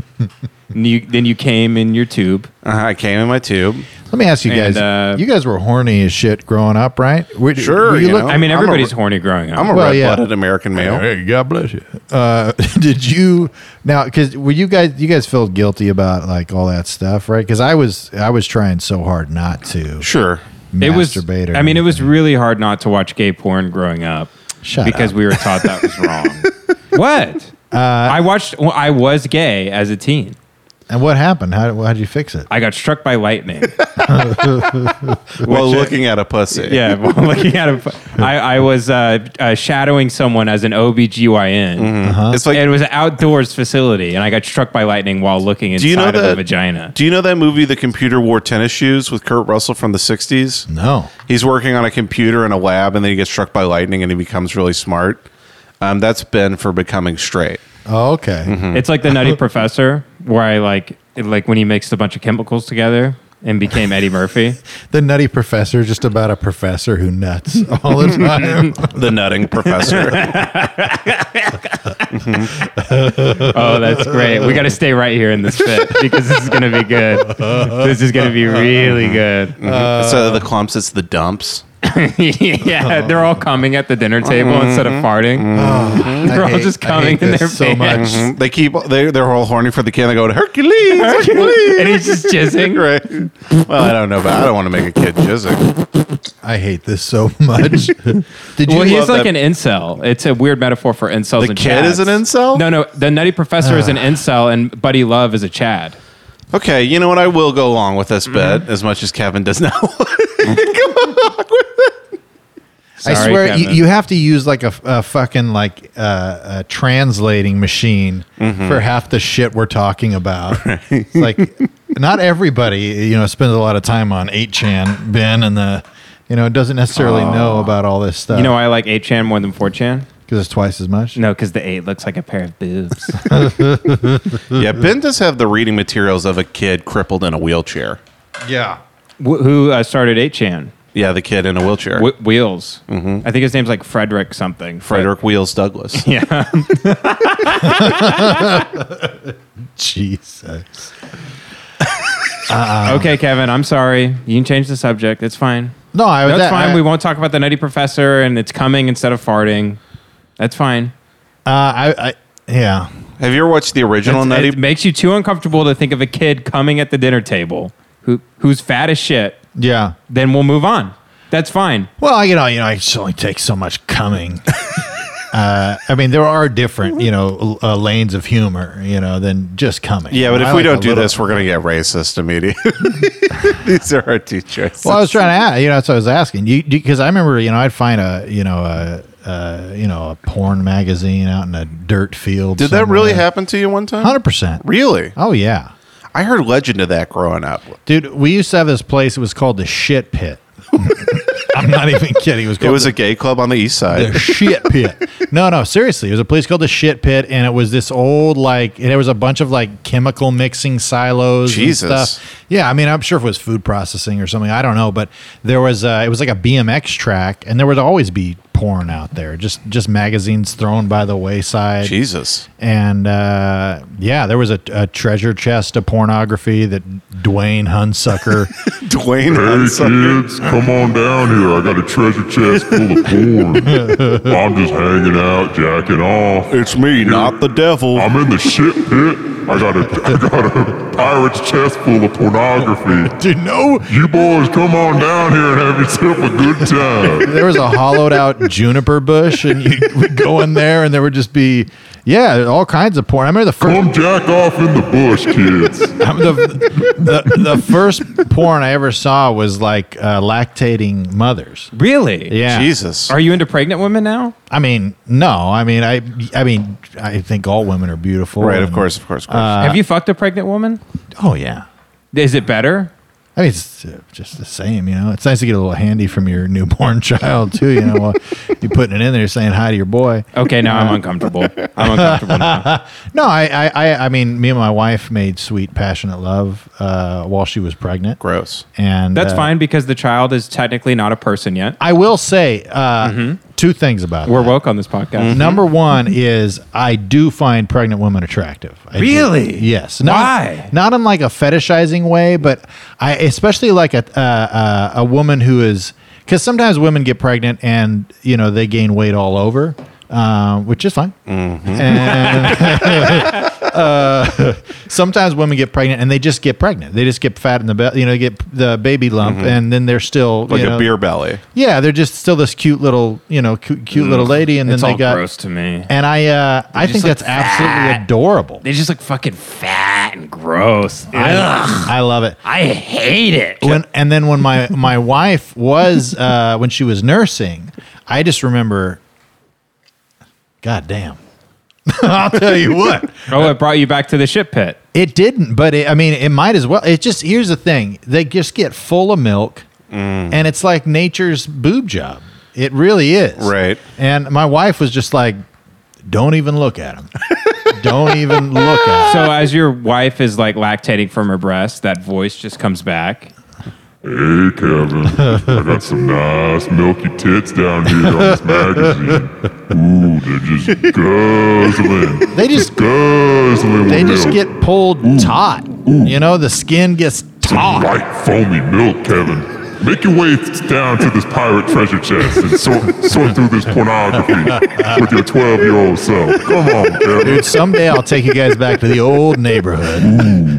C: and you, then you came in your tube.
A: I Uh-huh, came in my tube.
I: Let me ask you
C: And,
I: guys.
C: uh,
I: you guys were horny as shit growing up, right? Were-
A: Sure,
I: were you
A: you
I: look-
A: know.
C: I mean,
A: I'm a-
C: everybody's horny growing up.
A: I'm a
I: Well,
A: red-blooded
I: yeah.
A: American male.
I: Hey, God bless you. Uh, did you now? Because were you guys? You guys felt guilty about like all that stuff, right? Because I was, I was trying so hard not to.
A: Sure.
C: it was.
I: masturbate or
C: I mean, it was really hard not to watch gay porn growing up
I: Shut
C: because
I: up. Uh,
C: we were taught that was wrong. what? I watched. Well, I was gay as a teen.
I: And what happened? How how did you fix it?
C: I got struck by lightning.
A: Well, looking at a pussy.
C: yeah, while looking at him. I, I was uh, uh, shadowing someone as an OBGYN.
A: Mm-hmm.
I: Uh-huh.
A: It's like
C: And it was an outdoors facility, and I got struck by lightning while looking inside
A: Do you know
C: of a
A: that-
C: vagina.
A: Do you know that movie The Computer Wore Tennis Shoes with Kurt Russell from the 60s?
I: No.
A: He's working on a computer in a lab and then he gets struck by lightning and he becomes really smart. Um, that's Ben for becoming straight.
I: Oh, okay.
A: Mm-hmm.
C: It's like the Nutty Professor, where I like, it- like when he mixed a bunch of chemicals together and became Eddie Murphy.
I: The nutty professor, just about a professor who nuts all the time.
A: The nutting professor.
C: Oh, that's great. We got to stay right here in this fit because this is going to be good. This is going to be really good.
A: Uh, so Mm-hmm. the clumps, it's the dumps.
C: yeah, they're all coming at the dinner table
A: Mm-hmm.
C: instead of farting. They're
I: Ah, I
C: all
I: hate-
C: just
I: I
C: coming
I: hate
C: in
I: this
C: their
I: so
C: pants.
I: much.
A: Mhm. They keep they they're all horny for the kid. They go to Hercules. Hercules.
C: and he's just jizzing.
A: right. Well, I don't know, but I don't want to make a kid jizzing.
I: I hate this so much. Did you?
C: Well, he's
A: love
C: like
A: that-
C: an incel. It's a weird metaphor for incels.
A: The
C: and
A: kid is
C: chads.
A: an incel?
C: No, no. The Nutty Professor is an incel, and Buddy Love is a Chad. Mm-hmm.
A: Okay, you know what? I will go along with this bet as much as Kevin does not.
I: I
C: Sorry,
I: swear, you,
C: Kevin.
I: you have to use like a, f- a fucking like uh, a translating machine for half the shit we're talking about. It's like, not everybody you know spends a lot of time on eight chan Ben and the you know doesn't necessarily know about all this
A: Uh.
I: stuff.
C: You know, I like 8chan more than 4chan.
I: because it's twice as much.
C: No, because the 8 looks like a pair of boobs.
A: yeah, Ben does have the reading materials of a kid crippled in a wheelchair.
I: Yeah.
C: Wh- Who uh, started 8chan?
A: Yeah, the kid in a wheelchair.
C: Wh- Wheels. I think his name's like Frederick something. but-
A: Mm-hmm. Frederick Wheels Douglass.
C: Yeah.
I: Jesus.
C: okay, Kevin, I'm sorry. You can change the subject. It's fine.
I: No, I was.
C: That's
I: that-
C: fine.
I: I-
C: we won't talk about the Nutty Professor and it's coming instead of farting. That's fine.
I: Uh, I, I. Yeah.
A: Have you ever watched the original
C: It's-
A: Nutty?
C: It makes you too uncomfortable to think of a kid coming at the dinner table who who's fat as shit.
I: Yeah.
C: Then we'll move on. That's fine.
I: Well, I- you know, you know, I just only take so much coming. uh, I mean, there are different, you know, uh, lanes of humor, you know, than just coming.
A: yeah, but if
I: I
A: we
I: like a
A: don't do
I: little-
A: this, we're gonna get racist immediately. These are our two choices.
I: well, I was trying to, ask, you know, that's what I was asking you because I remember, you know, I'd find a, you know, a, uh, you know, a porn magazine out in a dirt field.
A: Did that really happen to you one time?
I: Hundred percent.
A: Really?
I: Oh yeah,
A: I heard legend of that growing up.
I: dude. We used to have this place. It was called the Shit Pit. I'm not even kidding. It was
A: It
I: called
A: was a gay club on the east side.
I: the shit pit. No, no, seriously, it was a place called the shit pit, and it was this old like and there was a bunch of like chemical mixing silos.
A: Jesus.
I: and stuff. Yeah, I mean, I'm sure if it was food processing or something, I don't know, but there was uh, it was like a BMX track, and there would always be porn out there, just just magazines thrown by the wayside.
A: Jesus.
I: And uh, yeah, there was a, a treasure chest of pornography that Dwayne Hunsucker.
A: Dwayne
F: Hey
A: Hunsucker.
F: kids, come on down here. I got a treasure chest full of porn. I'm just hanging out, jacking off.
A: It's me, not the devil.
F: I'm in the shit pit. I got a, I got a pirate's chest full of pornography.
I: Dude, no,
F: You boys, come on down here and have yourself a good time.
I: there was a hollowed out juniper bush, and you would go in there, and there would just be, yeah, all kinds of porn. I remember the first,
F: Come jack off in the bush, kids.
I: I'm the, the, the first porn I ever saw was like uh, lactating mothers.
C: Really?
I: Yeah,
A: Jesus.
C: Are you into pregnant women now?
I: I mean, no, I mean, I, I mean, I think all women are beautiful.
A: right, of
I: and- uh,
A: course, of course, of course.
C: Have you fucked a pregnant woman?
I: Oh yeah.
C: Is it better?
I: I mean, it's uh, just the same, you know. It's nice to get a little handy from your newborn child too, you know. while you're putting it in there, saying hi to your boy.
C: Okay, now I'm uncomfortable. I'm uncomfortable now.
I: No, I, I, I, I mean, me and my wife made sweet, passionate love uh, while she was pregnant.
A: Gross.
I: And
C: That's
I: uh,
C: fine because the child is technically not a person yet. Mm-hmm.
I: I will say uh, two things about
C: We're
I: that. Mm-hmm.
C: woke on this
A: Mm-hmm.
C: podcast.
I: Number one is I do find pregnant women attractive. I do.
C: Really?
I: Yes. Not,
C: Why?
I: Not in like a fetishizing way, but I especially like a uh, uh, a woman who is because sometimes women get pregnant and you know they gain weight all over, uh, which is fine.
A: Mm-hmm.
I: And uh, sometimes women get pregnant and they just get pregnant. They just get fat in the belly, you know, they get the baby lump, and then they're still
A: Mm-hmm. Like
I: you
A: a
I: know-
A: beer belly.
I: Yeah, they're just still this cute little you know cute, cute little lady, and then
C: Mm. It's
I: they
C: all
I: got
C: gross to me.
I: and I uh, I think that's absolutely adorable.
E: They just look fucking fat and gross.
I: I, I love it.
E: I hate it.
I: When, and then when my my wife was uh, when she was nursing, I just remember. God damn. I'll tell you what.
C: Oh, it brought you back to the shit pit.
I: It didn't, but it, I mean, it might as well. It just here's the thing: they just get full of milk, and it's like nature's boob job. It really is,
A: Right.
I: And my wife was just like, "Don't even look at him. Don't even look at him."
C: So as your wife is like lactating from her breast, that voice just comes back.
F: Hey, Kevin, I got some nice milky tits down here on this magazine. Ooh, they're just guzzling.
I: They just
F: Guzzling with
I: they just
F: milk.
I: get pulled taut. You know, the skin gets taut.
F: light, foamy milk, Kevin. Make your way down to this pirate treasure chest and sort, sort through this pornography with your 12 year old self. Come on, Kevin.
I: Dude, someday I'll take you guys back to the old neighborhood.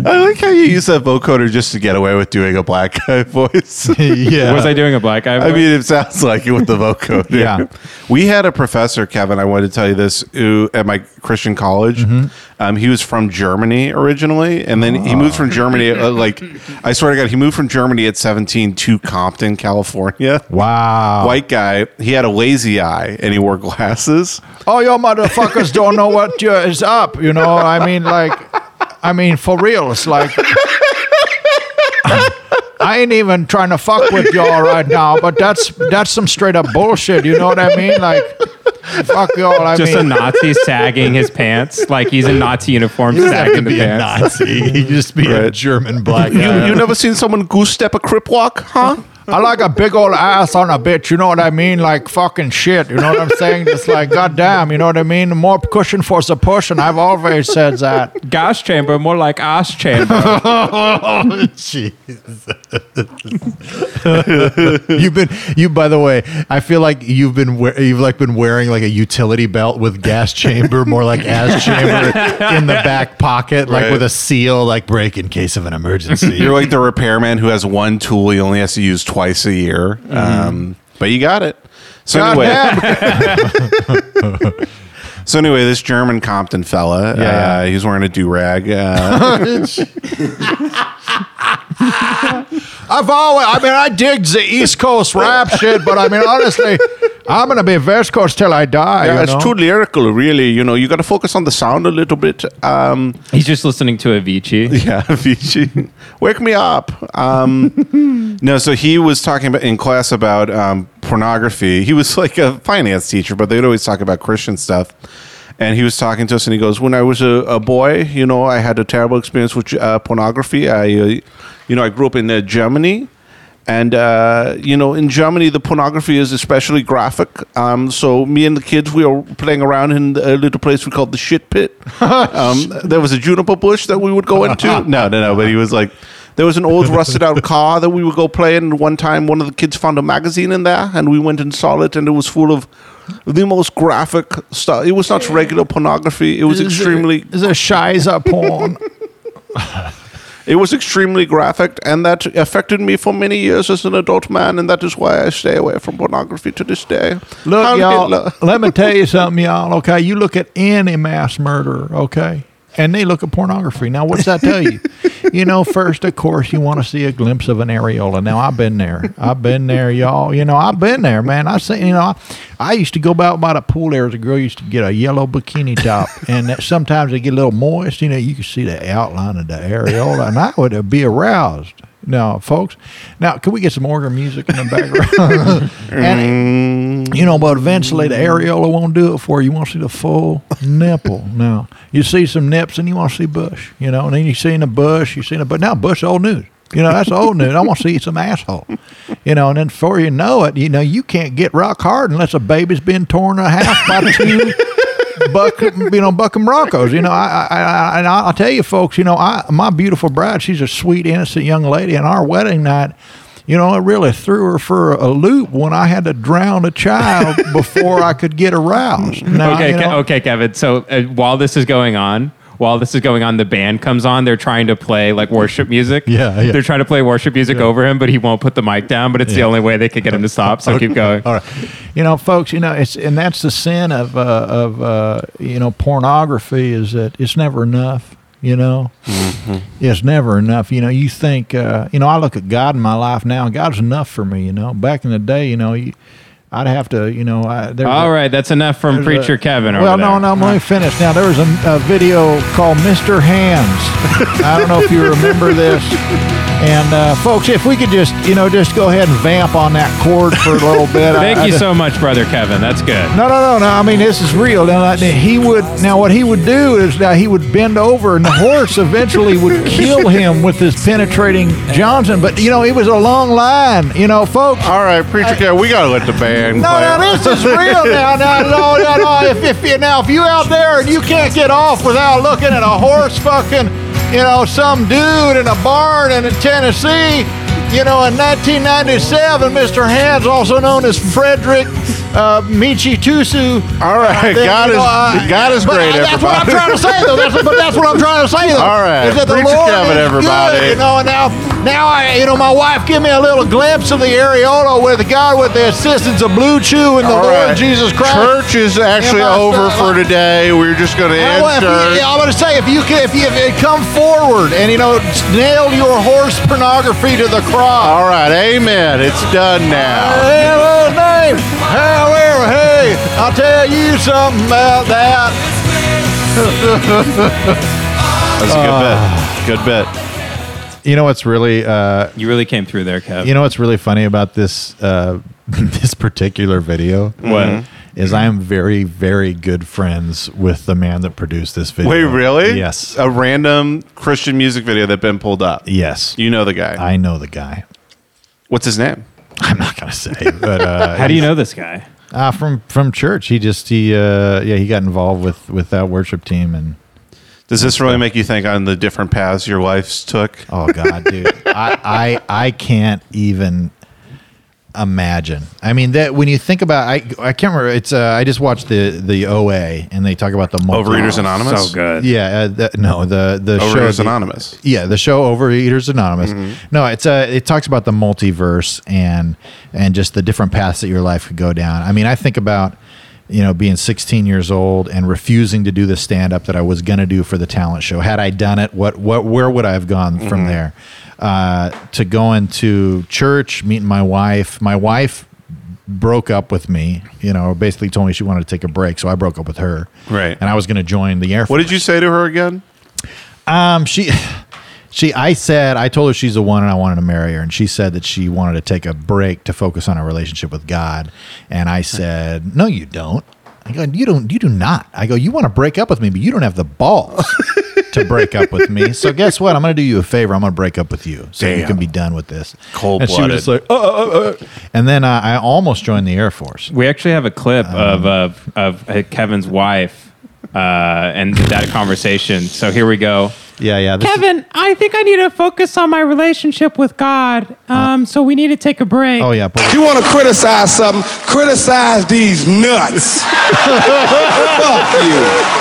A: I like how you use that vocoder just to get away with doing a black guy voice.
I: yeah.
C: Was I doing a black eye?
A: I
C: voice?
A: mean, it sounds like it with the vocoder.
I: Yeah.
A: We had a professor, Kevin, I wanted to tell you this, who at my Christian college,
I: Mm-hmm.
A: um, he was from Germany originally. And then he moved from
I: Ah.
A: Germany, uh, like, I swear to God, he moved from Germany at 17 to Compton, California.
I: wow.
A: White guy, he had a lazy eye and he wore glasses.
I: Oh, you motherfuckers don't know what you- is up. You know, I mean, like, I mean, for real, it's like. I ain't even trying to fuck with y'all right now, but that's that's some straight up bullshit. You know what I mean? Like, fuck y'all. I
C: just a
I: mean,
C: Nazi sagging his pants, like he's in Nazi uniform, sagging the pants.
I: Nazi. You just be a German black
A: You, you never seen someone goose step a crip walk,
I: uh,
A: huh?
I: I like a big old ass on a bitch. You know what I mean? Like fucking shit. You know what I'm saying? Just like goddamn. You know what I mean? More cushion for suppression. I've always said that.
C: Gas chamber, more like ass chamber.
I: Oh, jeez. you've been you. By the way, I feel like you've been we- you've like been wearing like a utility belt with gas chamber, more like ass chamber in the back pocket, like
A: Right.
I: with a seal, like break in case of an emergency.
A: You're like the repairman who has one tool he only has to use twice a year. Um, but you got it. So anyway, so anyway, this German Compton fella,
I: Yeah.
A: uh, he's wearing a do rag. Uh,
I: I've always, I mean, I dig the East Coast rap shit, but I mean, honestly,
B: I'm gonna be a verse coach till I die.
A: Yeah,
B: you
A: it's
B: know?
A: too lyrical, really. You know, you got to focus on the sound a little bit. Um,
C: He's just listening to Avicii.
A: yeah, Avicii, wake me up. Um, no, so he was talking about in class about um, pornography. He was like a finance teacher, but they'd always talk about Christian stuff. And he was talking to us, and he goes, "When I was a, a boy, you know, I had a terrible experience with uh, pornography. I, uh, you know, I grew up in uh, Germany." And uh, you know, in Germany, the pornography is especially graphic. Um, so me and the kids, we were playing around in a little place we called the shit pit. um, there was a juniper bush that we would go into. No, no, no. But he was like, there was an old rusted out car that we would go play in. One time, one of the kids found a magazine in there, and we went and saw it, and it was full of the most graphic stuff. It was not regular pornography. It was extremely
B: Is a shiza porn?
A: it was extremely graphic, and that affected me for many years as an adult man, and that is why I stay away from pornography to this day.
B: Look,
A: Heil
B: y'all.
A: Hitler.
B: let me tell you something, y'all. Okay, you look at any mass murderer, okay, and they look at pornography. Now, what's that tell you? you know, first, of course, you want to see a glimpse of an areola. Now, I've been there. I've been there, y'all. You know, I've been there, man. I seen. You know, I, I used to go about by the pool. There was a girl used to get a yellow bikini top, and that sometimes they get a little moist. You know, you can see the outline of the areola, and I would be aroused. Now, folks, now can we get some organ music in the background? and, you know, but eventually the areola won't do it for you. You want to see the full nipple. Now you see some nips, and you want to see bush. You know, and then you see in the bush, you see the but now bush old news. You know, that's old news. I want to see some asshole. You know, and then before you know it, you know you can't get rock hard unless a baby's been torn in half by two. Buck, you know, Buckham Broncos. You know, I, I, I, and I- I'll tell you, folks. You know, I, my beautiful bride, she's a sweet, innocent young lady. And our wedding night, you know, it really threw her for a loop when I had to drown a child before I could get aroused. Now,
C: okay,
B: you
C: Ke-
B: know,
C: okay, Kevin. So uh, while this is going on, while this is going on, the band comes on. They're trying to play like worship music.
B: Yeah, yeah.
C: They're trying to play worship music over him, but he won't put the mic down. But it's the
B: Yeah.
C: only way they could get him to stop. So keep going.
B: All right. You know, folks, you know, it's and that's the sin of uh, of uh, you know pornography is that it's never enough. You know,
E: Mm-hmm.
I: Mm-hmm.
B: it's never enough. You know, you think uh, you know. I look at God in my life now, and God's enough for me. You know, back in the day, you know, you, I'd have to, you know, I, there was a-
C: All right, that's enough from
B: there's
C: preacher
B: a-
C: Kevin. Over
B: Well,
C: there.
B: no, no, let me finish. Now there was a, a video called Mr. Hands. I don't know if you remember this. And uh, folks, if we could just, you know, just go ahead and vamp on that chord for a little bit. I-
C: Thank
B: I
C: you
B: just-
C: so much, brother Kevin. That's good.
B: no, no, no, no. I mean, this is real. Now, like, he would. Now, what he would do is now he would bend over, and the horse eventually would kill him with his penetrating Johnson. But you know, it was a long line. You know, folks.
A: All right, preacher, guy, we got to let the band.
B: No,
A: play.
B: no, this is real now. No, no, no, no. If, if you now, if you out there and you can't get off without looking at a horse, fucking, you know, some dude in a barn in Tennessee, you know, in 1997, Mr. Hands, also known as Frederick uh, Michi Tusu.
A: All right,
B: then,
A: God
B: you know,
A: is-
B: I-
A: God is
B: but
A: great,
B: That's what I'm
A: everybody.
B: trying to say, though. That's, but that's what I'm trying to say, though.
A: All right,
B: is that the
A: preach it,
B: Lord
A: Kevin,
B: is
A: everybody.
B: Good, you know, and now, now I, you know, my wife give me a little glimpse of the areola with God, with the assistance of Blue Chew and the
A: All
B: Lord
A: right.
B: Jesus Christ.
A: Church is actually
B: Am I
A: over
B: still-
A: for today. uh, We're just going to
B: I
A: end
B: want- if
A: church.
B: you, I'm going to say if you can, if you, if you come forward and you know nail your horse pornography to the cross.
A: All right, amen. It's done now.
B: Hello, name. However, hey, I'll tell you something about that.
A: That's
B: Uh,
A: a good bet. Good bet.
I: Ah. You know what's really uh,
C: You really came through there, Kev.
I: you know what's really funny about this uh, this particular video?
C: What?
I: is I am very very good friends with the man that produced this video.
A: Wait, really?
I: Yes.
A: A random Christian music video that Ben pulled up.
I: yes.
A: You know the guy.
I: I know the guy.
A: What's his name?
I: I'm not gonna say, but uh,
C: How do you know this guy?
I: uh, from from church, he just he uh, yeah he got involved with with that worship team and
A: Does this really make you think on the different paths your life's took?
I: oh god, dude, I, I I can't even imagine. I mean that when you think about I I can't remember. It's uh, I just watched the the OA and they talk about the multi-
A: Overeaters Anonymous?
C: So good.
I: Yeah, uh, the, no, the the
A: Overeaters
I: show, the-
A: Anonymous. Mm-hmm.
I: yeah, the show Overeaters Anonymous. No, it's uh, it talks about the multiverse and and just the different paths that your life could go down. I mean, I think about you know being 16 years old and refusing to do the stand up that I was going to do for the talent show. Had I done it, what what where would I have gone
A: Mm-hmm.
I: from there? Uh, to going to church, meeting my wife. My wife broke up with me, you know, basically told me she wanted to take a break. So I broke up with her.
A: Right.
I: And I was going to join the Air Force.
A: What did you say to her again?
I: Um, she, she, I said, I told her she's the one and I wanted to marry her. And she said that she wanted to take a break to focus on her relationship with God. And I said, no, you don't. I go, you don't, you do not. I go, you want to break up with me, but you don't have the balls to break up with me. So guess what? I'm going to do you a favor. I'm going to break up with you so you
A: Damn.
I: can be done with this.
A: Cold
I: And she was
A: blooded.
I: just like, "Uh, uh, uh." and then uh, I almost joined the Air Force.
C: We actually have a clip
I: Um,
C: of, of of uh, Kevin's wife uh, and that conversation. So here we go.
I: Yeah, yeah.
M: Kevin, I think I need to focus on my relationship with God. Um, so we need to take a break.
I: Oh yeah.
N: If you want to criticize something, criticize these nuts. Fuck you.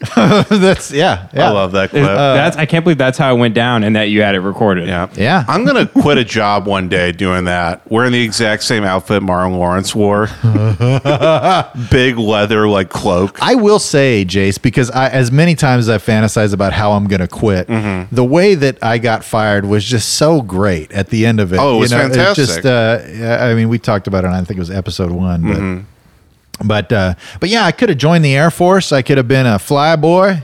I: that's yeah, uh,
C: I love that
A: clip.
C: that's I can't believe that's how it went down and that you had it recorded. Yeah,
I: yeah.
A: I'm gonna quit a job one day doing that. Wearing the exact same outfit Marlon Lawrence wore, big leather like cloak.
I: I will say, Jace, because I, as many times as I fantasize about how I'm going to quit,
A: Mm-hmm.
I: the way that I got fired was just so great at the end of it.
A: Oh, it was
I: just,
A: fantastic.
I: uh, yeah, I mean, we talked about it. on I think it was episode one, but
A: Mhm.
I: but uh, but yeah, I could have joined the Air Force. I could have been a fly boy.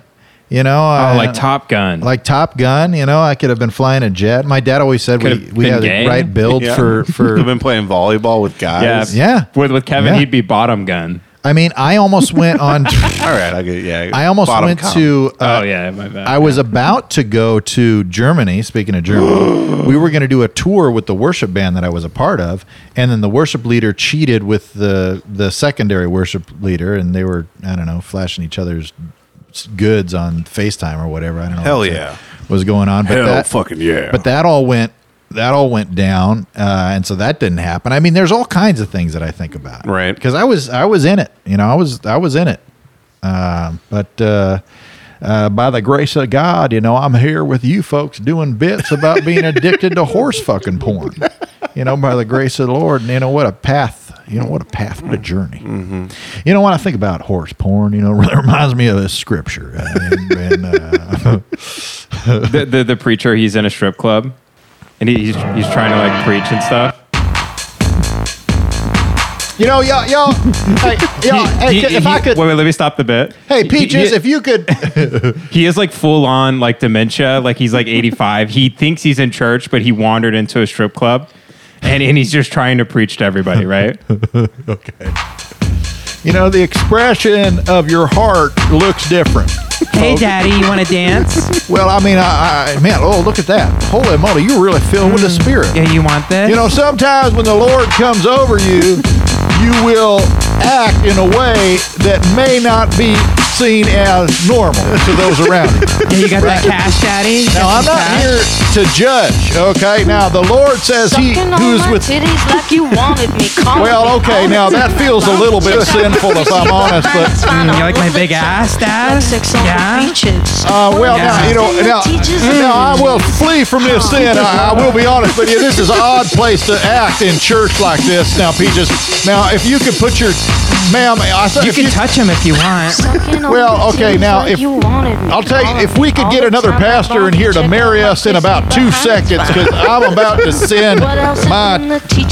I: You know, I-
C: Oh, like Top Gun.
I: like Top Gun. You know, I could have been flying a jet. My dad always said
C: Could
I: we,
C: have
I: we
C: been
I: had
C: gay.
I: the right build
C: Yeah.
I: for for
A: I've been playing volleyball with guys.
I: Yeah. Yeah.
C: With with Kevin,
I: Yeah.
C: he'd be bottom gun.
I: I mean, I almost went on.
A: All right, I get yeah.
I: I almost
A: bottom
I: went
A: cum.
I: to. Uh,
C: oh yeah, my bad.
I: I was about to go to Germany. Speaking of Germany, we were going to do a tour with the worship band that I was a part of, and then the worship leader cheated with the the secondary worship leader, and they were I don't know flashing each other's s- goods on Facetime or whatever. I don't know.
A: Hell
I: what
A: yeah.
I: was going on. But
G: Hell
I: that,
G: fucking yeah.
I: But that all went that all went down, uh, and so that didn't happen. I mean, there's all kinds of things that I think about, right? Because I was I was in it, you know, I was I was in it. Um, but uh, uh, by the grace of God, you know, I'm here with you folks doing bits about being addicted to horse fucking porn. You know, by the grace of the Lord, and you know what a path. You know what a path, what a journey. You know when I think about horse porn, you know, it really reminds me of a scripture. Uh, and, and, uh,
C: the, the the preacher. He's in a strip club, and he, he's he's trying to like preach and stuff.
I: You know, y'all, y'all, hey, y'all, hey,
C: He-
I: if
C: he-
I: I could,
C: wait, wait, let me stop the bit.
I: hey,
C: He-
I: Peaches,
C: he-
I: if you could,
C: He is like full on like dementia. Like he's like 85. he thinks he's in church, but he wandered into a strip club and, and he's just trying to preach to everybody, right?
I: okay. You know, the expression of your heart looks different.
M: Hey, Daddy, you want to dance?
I: Well, I mean, I, I man, oh, look at that. Holy moly, you're really filled with the Spirit. Yeah,
M: you want this?
I: You know, sometimes when the Lord comes over you, you will act in a way that may not be seen as normal to those around you.
M: Yeah, you got that cash, Daddy?
I: Now, I'm not here to judge, okay? Now, the Lord says he who's with
O: like you wanted me.
I: Well, okay, now that feels a little bit sinful if I'm honest, but
M: you like my big ass, Dad? Yeah.
I: Uh, well, now you know. Now, now I will flee from
M: Oh.
I: this sin. I, I will be honest, but yeah, this is an odd place to act in church like this. Now, Peaches. Now, if you could put your, ma'am, I said
M: You
I: if
M: can touch him if you want.
I: Well, okay, now if I'll tell you, if we could get another pastor in here to marry us in about two seconds, because I'm about to send my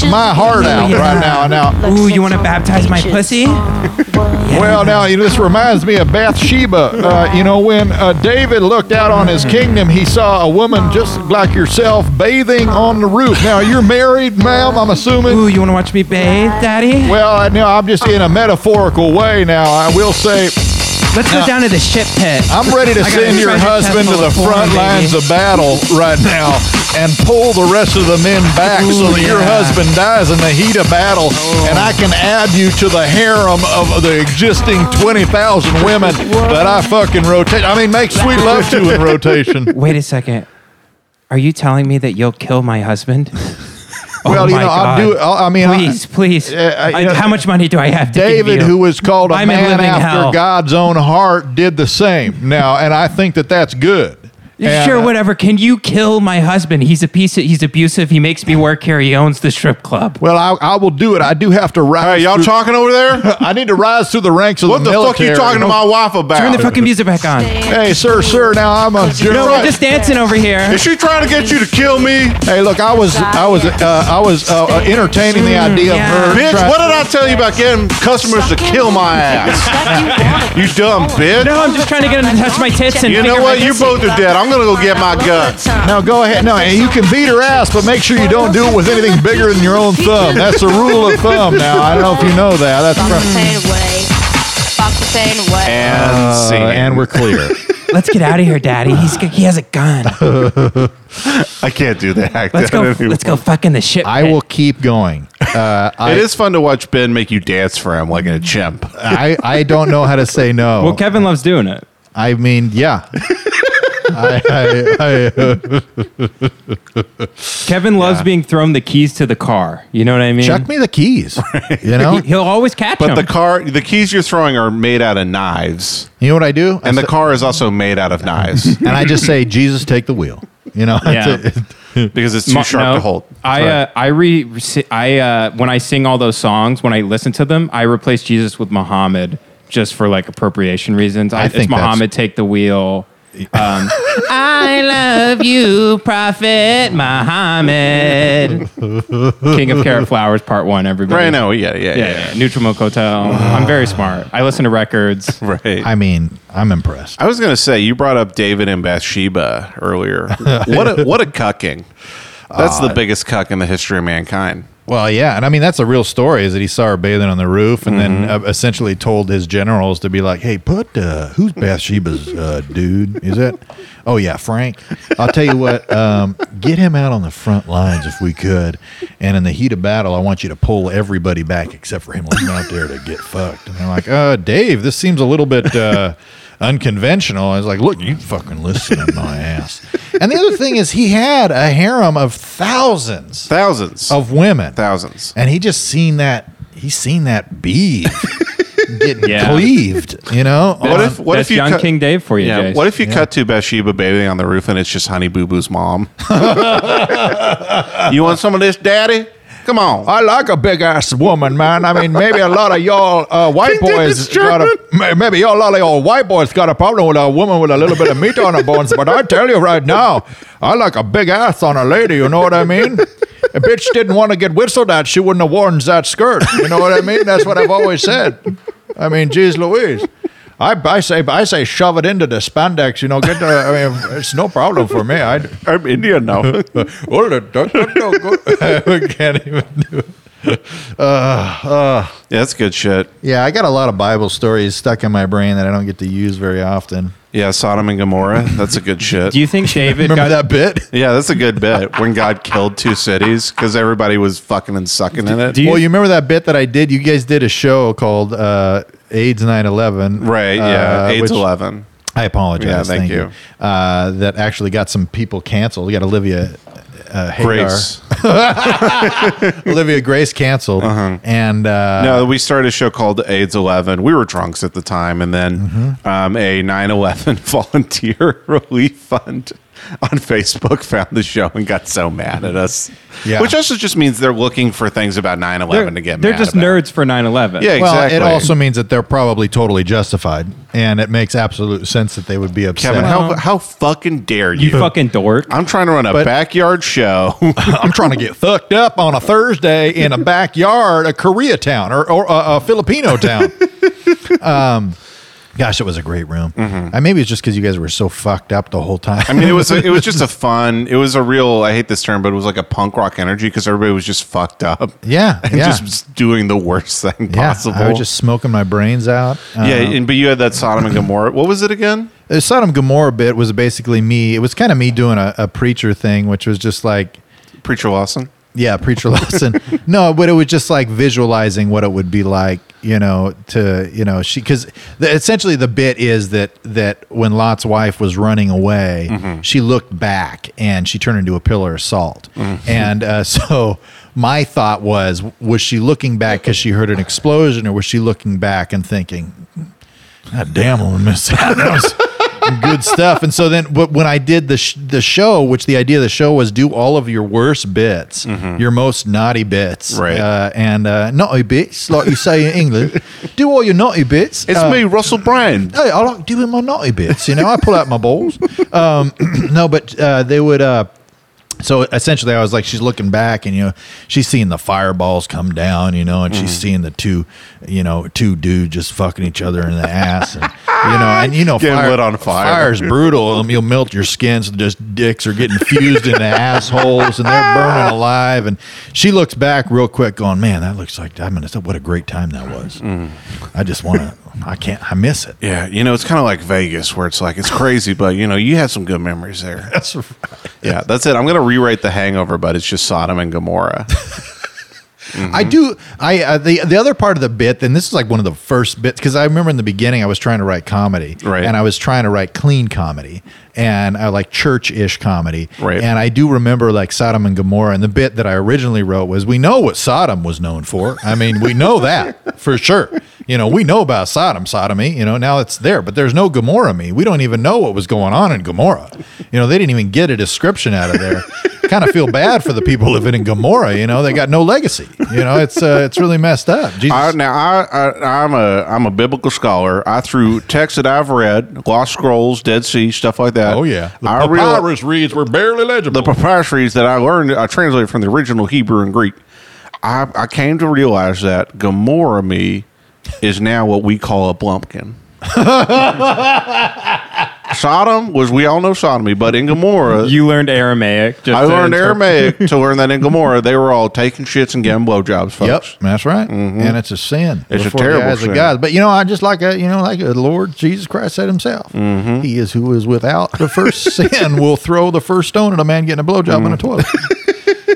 I: my heart out right now. Now,
M: Ooh, you want to baptize my pussy?
I: Well, now you know, this reminds me of Bathsheba. Uh, you know, when uh, David looked out on his kingdom, he saw a woman just like yourself bathing on the roof. Now you're married, ma'am. I'm assuming. Ooh,
M: you want to watch me bathe, Daddy?
I: Well, I know I'm just in a metaphorical way. Now I will say.
M: Let's go down to the shit pit.
I: I'm ready to
M: I got a
I: send your
M: treasure chest
I: husband to
M: full
I: the
M: of porn,
I: front
M: baby.
I: lines of battle right now and pull the rest of the men back so
M: Ooh,
I: that your
M: yeah. Oh.
I: husband dies in the heat of battle and I can add you to the harem of the existing 20,000 women that I fucking rotate. I mean, make sweet love to in rotation.
M: Wait a second. Are you telling me that you'll kill my husband?
I: Well, you know, I'll do- I'll- I mean, I-
M: Oh please, please.
I: you
M: I-
I: know,
M: how much money do I have to give
I: David,
M: you?
I: who was called a
M: I'm in
I: man
M: living
I: after
M: hell.
I: God's own heart, did the same now, and uh, I think that that's good.
B: And-
C: sure, whatever. Can you kill my husband? He's a piece. Of, he's abusive. He makes me work here. He owns the strip club.
I: Well, I, I will do it. I do have to rise.
A: Hey, y'all talking over there?
I: I need to rise through the ranks of
A: What
I: the
A: the fuck you
I: military.
A: talking to my wife about?
C: Turn the fucking music back on.
I: Hey, sir, sir. Now I'm a.
C: No, we're just dancing over here.
A: Is she trying to get you to kill me?
I: Hey, look, I was, I was, uh, I was uh, uh, entertaining
C: Mm,
I: the idea of her.
A: Bitch,
I: trying-
A: what did I tell you about getting customers to kill my ass? you dumb bitch.
C: No, I'm just trying to get him to touch my tits and
A: You know
C: finger
A: what?
C: my
A: You
C: pussy.
A: both are dead. I'm gonna go get my gun.
I: No, go ahead. No, and you can beat her ass, but make sure you don't do it with anything bigger than your own thumb. That's the rule of thumb. Now I don't know if you know that. That's from,
A: And
I: uh, and we're clear.
C: Let's get out of here, Daddy. He's g- he has a gun.
A: I can't do that.
C: Let's go. Let's go fucking the shit.
I: I will keep going. Uh, I,
A: It is fun to watch Ben make you dance for him like a chimp.
I: I I don't know how to say no.
C: Well, Kevin loves doing it.
I: I mean, yeah. I, I, I,
C: Kevin loves being thrown the keys to the car. You know what I mean?
I: Chuck me the keys. You know.
C: He, will always catch
A: But
C: him.
A: the car, the keys you're throwing are made out of knives,
I: You know what I do? I
A: and the
I: sa-
A: car is also made out of knives
I: and I just say, Jesus, take the wheel. You know.
C: Yeah.
A: because it's too
C: Mo-
A: sharp
C: no.
A: to hold.
C: I uh, I re resi- I uh, when I sing all those songs, when I listen to them, I replace Jesus with Muhammad just for like appropriation reasons. I,
I: I think
C: it's
I: that's-
C: Muhammad take the wheel. Um, I love you, Prophet Muhammad. King of Carrot Flowers, Part One. Everybody,
A: Right now, yeah, yeah, yeah.
C: yeah, yeah. Neutral Milk Hotel. I'm very smart. I listen to records.
A: Right.
I: I mean, I'm impressed.
A: I was gonna say you brought up David and Bathsheba earlier. what a, what a cucking! That's
I: Uh,
A: the biggest cuck in the history of mankind.
I: Well, yeah, and I mean that's a real story. Is that he saw her bathing on the roof, and then uh, essentially told his generals to be like, "Hey, put uh, who's Bathsheba's uh, dude? Is it? Oh yeah, Frank. I'll tell you what. Um, get him out on the front lines if we could. And in the heat of battle, I want you to pull everybody back except for him leaving out there to get fucked." And they're like, "Uh, Dave, this seems a little bit." Uh, Unconventional. I was like, "Look, you fucking listen to my ass." And the other thing is, he had a harem of thousands
A: Thousands,
I: of women,
A: thousands.
I: and he just seen that he's seen that bead getting
C: Yeah.
I: cleaved. You know, Um,
A: What
I: on-
A: if what
C: that's
A: if you
C: Young
A: cut-
C: King Dave for you,
A: Yeah,
C: Jace.
A: what if you cut to Bathsheba bathing on the roof and it's just Honey Boo Boo's mom? you want some of this, Daddy? Come on.
I: I like a big ass woman, man. I mean, maybe a lot of y'all uh, white
A: King
I: boys
A: David's
I: got a ma- maybe y'all, a lot of y'all white boys got a problem with a woman with a little bit of meat on her bones. But I tell you right now, I like a big ass on a lady. You know what I mean? A bitch didn't want to get whistled at. She wouldn't have worn that skirt. You know what I mean? That's what I've always said. I mean, geez, Louise. I, I say I say shove it into the spandex. You know, get the. I mean, it's no problem for me. I
A: I'm Indian now.
I: Oh, the duck, duck, duck, go- I can't even do it. Uh,
A: Ah.
I: uh,
A: Yeah, that's good shit.
I: yeah, I got a lot of Bible stories stuck in my brain that I don't get to use very often.
A: Yeah, Sodom and Gomorrah. That's a good shit.
C: Do you think David
I: Remember
C: got
I: that bit?
A: yeah, that's a good bit. When God killed two cities because everybody was fucking and sucking in it.
C: do you-
I: well, you remember that bit that I did? You guys did a show called uh, AIDS 9/11,
A: right, yeah.
I: uh,
A: AIDS
I: which-
A: 11.
I: I apologize.
A: Yeah, thank you.
I: Uh, that actually got some people canceled. We got Olivia uh, Hagar.
A: Grace.
I: Olivia Grace canceled,
A: Uh-huh.
I: and uh,
A: No, we started a show called AIDS 11. We were drunks at the time, and then um, a 9 11 volunteer relief fund on Facebook found the show and got so mad at us.
I: Yeah.
A: Which also just means they're looking for things about 9 11 to get
C: they're
A: mad
C: just
A: about.
C: nerds for 9/11.
A: Yeah,
I: Well,
A: exactly.
I: it also means that they're probably totally justified, and it makes absolute sense that they would be upset.
A: Kevin, how, how fucking dare you?
C: you fucking dork.
A: I'm trying to run a
I: But-
A: backyard show.
I: I'm trying to get fucked up on a Thursday in a backyard, a Koreatown or, or a, a Filipino town. um, gosh, it was a great room. Uh, maybe it's just because you guys were so fucked up the whole time.
A: Mm-hmm. I mean, it was it was just a fun. It was a real. I hate this term, but it was like a punk rock energy because everybody was just fucked up.
I: Yeah,
A: and
I: yeah.
A: just doing the worst thing
I: yeah,
A: possible.
I: I was just smoking my brains out. Uh,
A: yeah, and but you had that Sodom and Gomorrah. What was it again?
I: the uh, Sodom Gomorrah bit was basically me. It was kind of me doing a, a preacher thing, which was just like.
A: Preacher Lawson.
I: Yeah, preacher Lawson. no, but it was just like visualizing what it would be like, you know, to you know, she because the, essentially the bit is that that when Lot's wife was running away,
A: Mm-hmm.
I: she looked back and she turned into a pillar of salt,
A: Mm-hmm.
I: and uh, so. My thought was, was she looking back because she heard an explosion, or was she looking back and thinking, God damn, I'm gonna miss that. That was, good stuff. And so then, but when I did the sh- the show, which the idea of the show was do all of your worst bits, your most naughty bits,
A: Mm-hmm. Right.
I: Uh, and uh, naughty bits, like you say in England, do all your naughty bits.
A: It's
I: Uh,
A: me, Russell Brand.
I: Hey, I like doing my naughty bits. You know, I pull out my balls. Um, no, but uh, they would. Uh, so essentially, I was like, she's looking back, and you know, she's seeing the fireballs come down, you know, and she's
A: Mm-hmm.
B: Mhm.
I: seeing the two, you know, two dudes just fucking each other in the ass, and you know, and you know,
A: Getting lit on fire.
I: Fire's brutal. Um, You'll melt your skin, so just dicks are getting fused into assholes, and they're burning alive. And she looks back real quick, going, "Man, that looks like I'm gonna. What a great time that was.
A: Mm-hmm.
I: I just want to. I can't. I miss it."
A: Yeah, you know, it's kind of like Vegas, where it's like it's crazy, but you know, you had some good memories there.
I: That's right.
A: Yeah, that's it. I'm gonna rewrite The Hangover, but it's just Sodom and Gomorrah.
I: I do. I uh, the the other part of the bit, and this is like one of the first bits because I remember in the beginning I was trying to write comedy, right? And I was trying to write clean comedy and I like church ish comedy, right? And I do remember like Sodom and Gomorrah, and the bit that I originally wrote was we know what Sodom was known for. I mean, we know that for sure. You know, we know about Sodom, sodomy. You know, now it's there, but there's no Gomorrah. Me, we don't even know what was going on in Gomorrah. You know, they didn't even get a description out of there. kind of feel bad for the people living in Gomorrah. You know, they got no legacy. You know, it's uh, it's really messed up.
A: I, now I, I I'm a I'm a biblical scholar. I through texts that I've read, lost scrolls, Dead Sea, stuff like that. Oh yeah, the I real-
I: reads were barely legible.
A: the papyrus that I learned, I translated from the original Hebrew and Greek. I I came to realize that Gomorrah me is now what we call a blumpkin. Sodom was we all know sodomy, but in Gomorrah
C: You learned Aramaic.
A: I
C: to interpret-
A: learned Aramaic to learn that in Gomorrah they were all taking shits and getting blowjobs, folks.
I: Yep, that's right.
A: Mm-hmm.
I: And it's a sin.
A: It's a
I: before the
A: terrible
I: eyes of
A: sin.
I: God. But you know, I just like a, you know, like uh, the Lord Jesus Christ said Himself,
A: Mm-hmm.
I: He is who is without the first sin will throw the first stone at a man getting a blowjob
A: Mm.
I: in a toilet.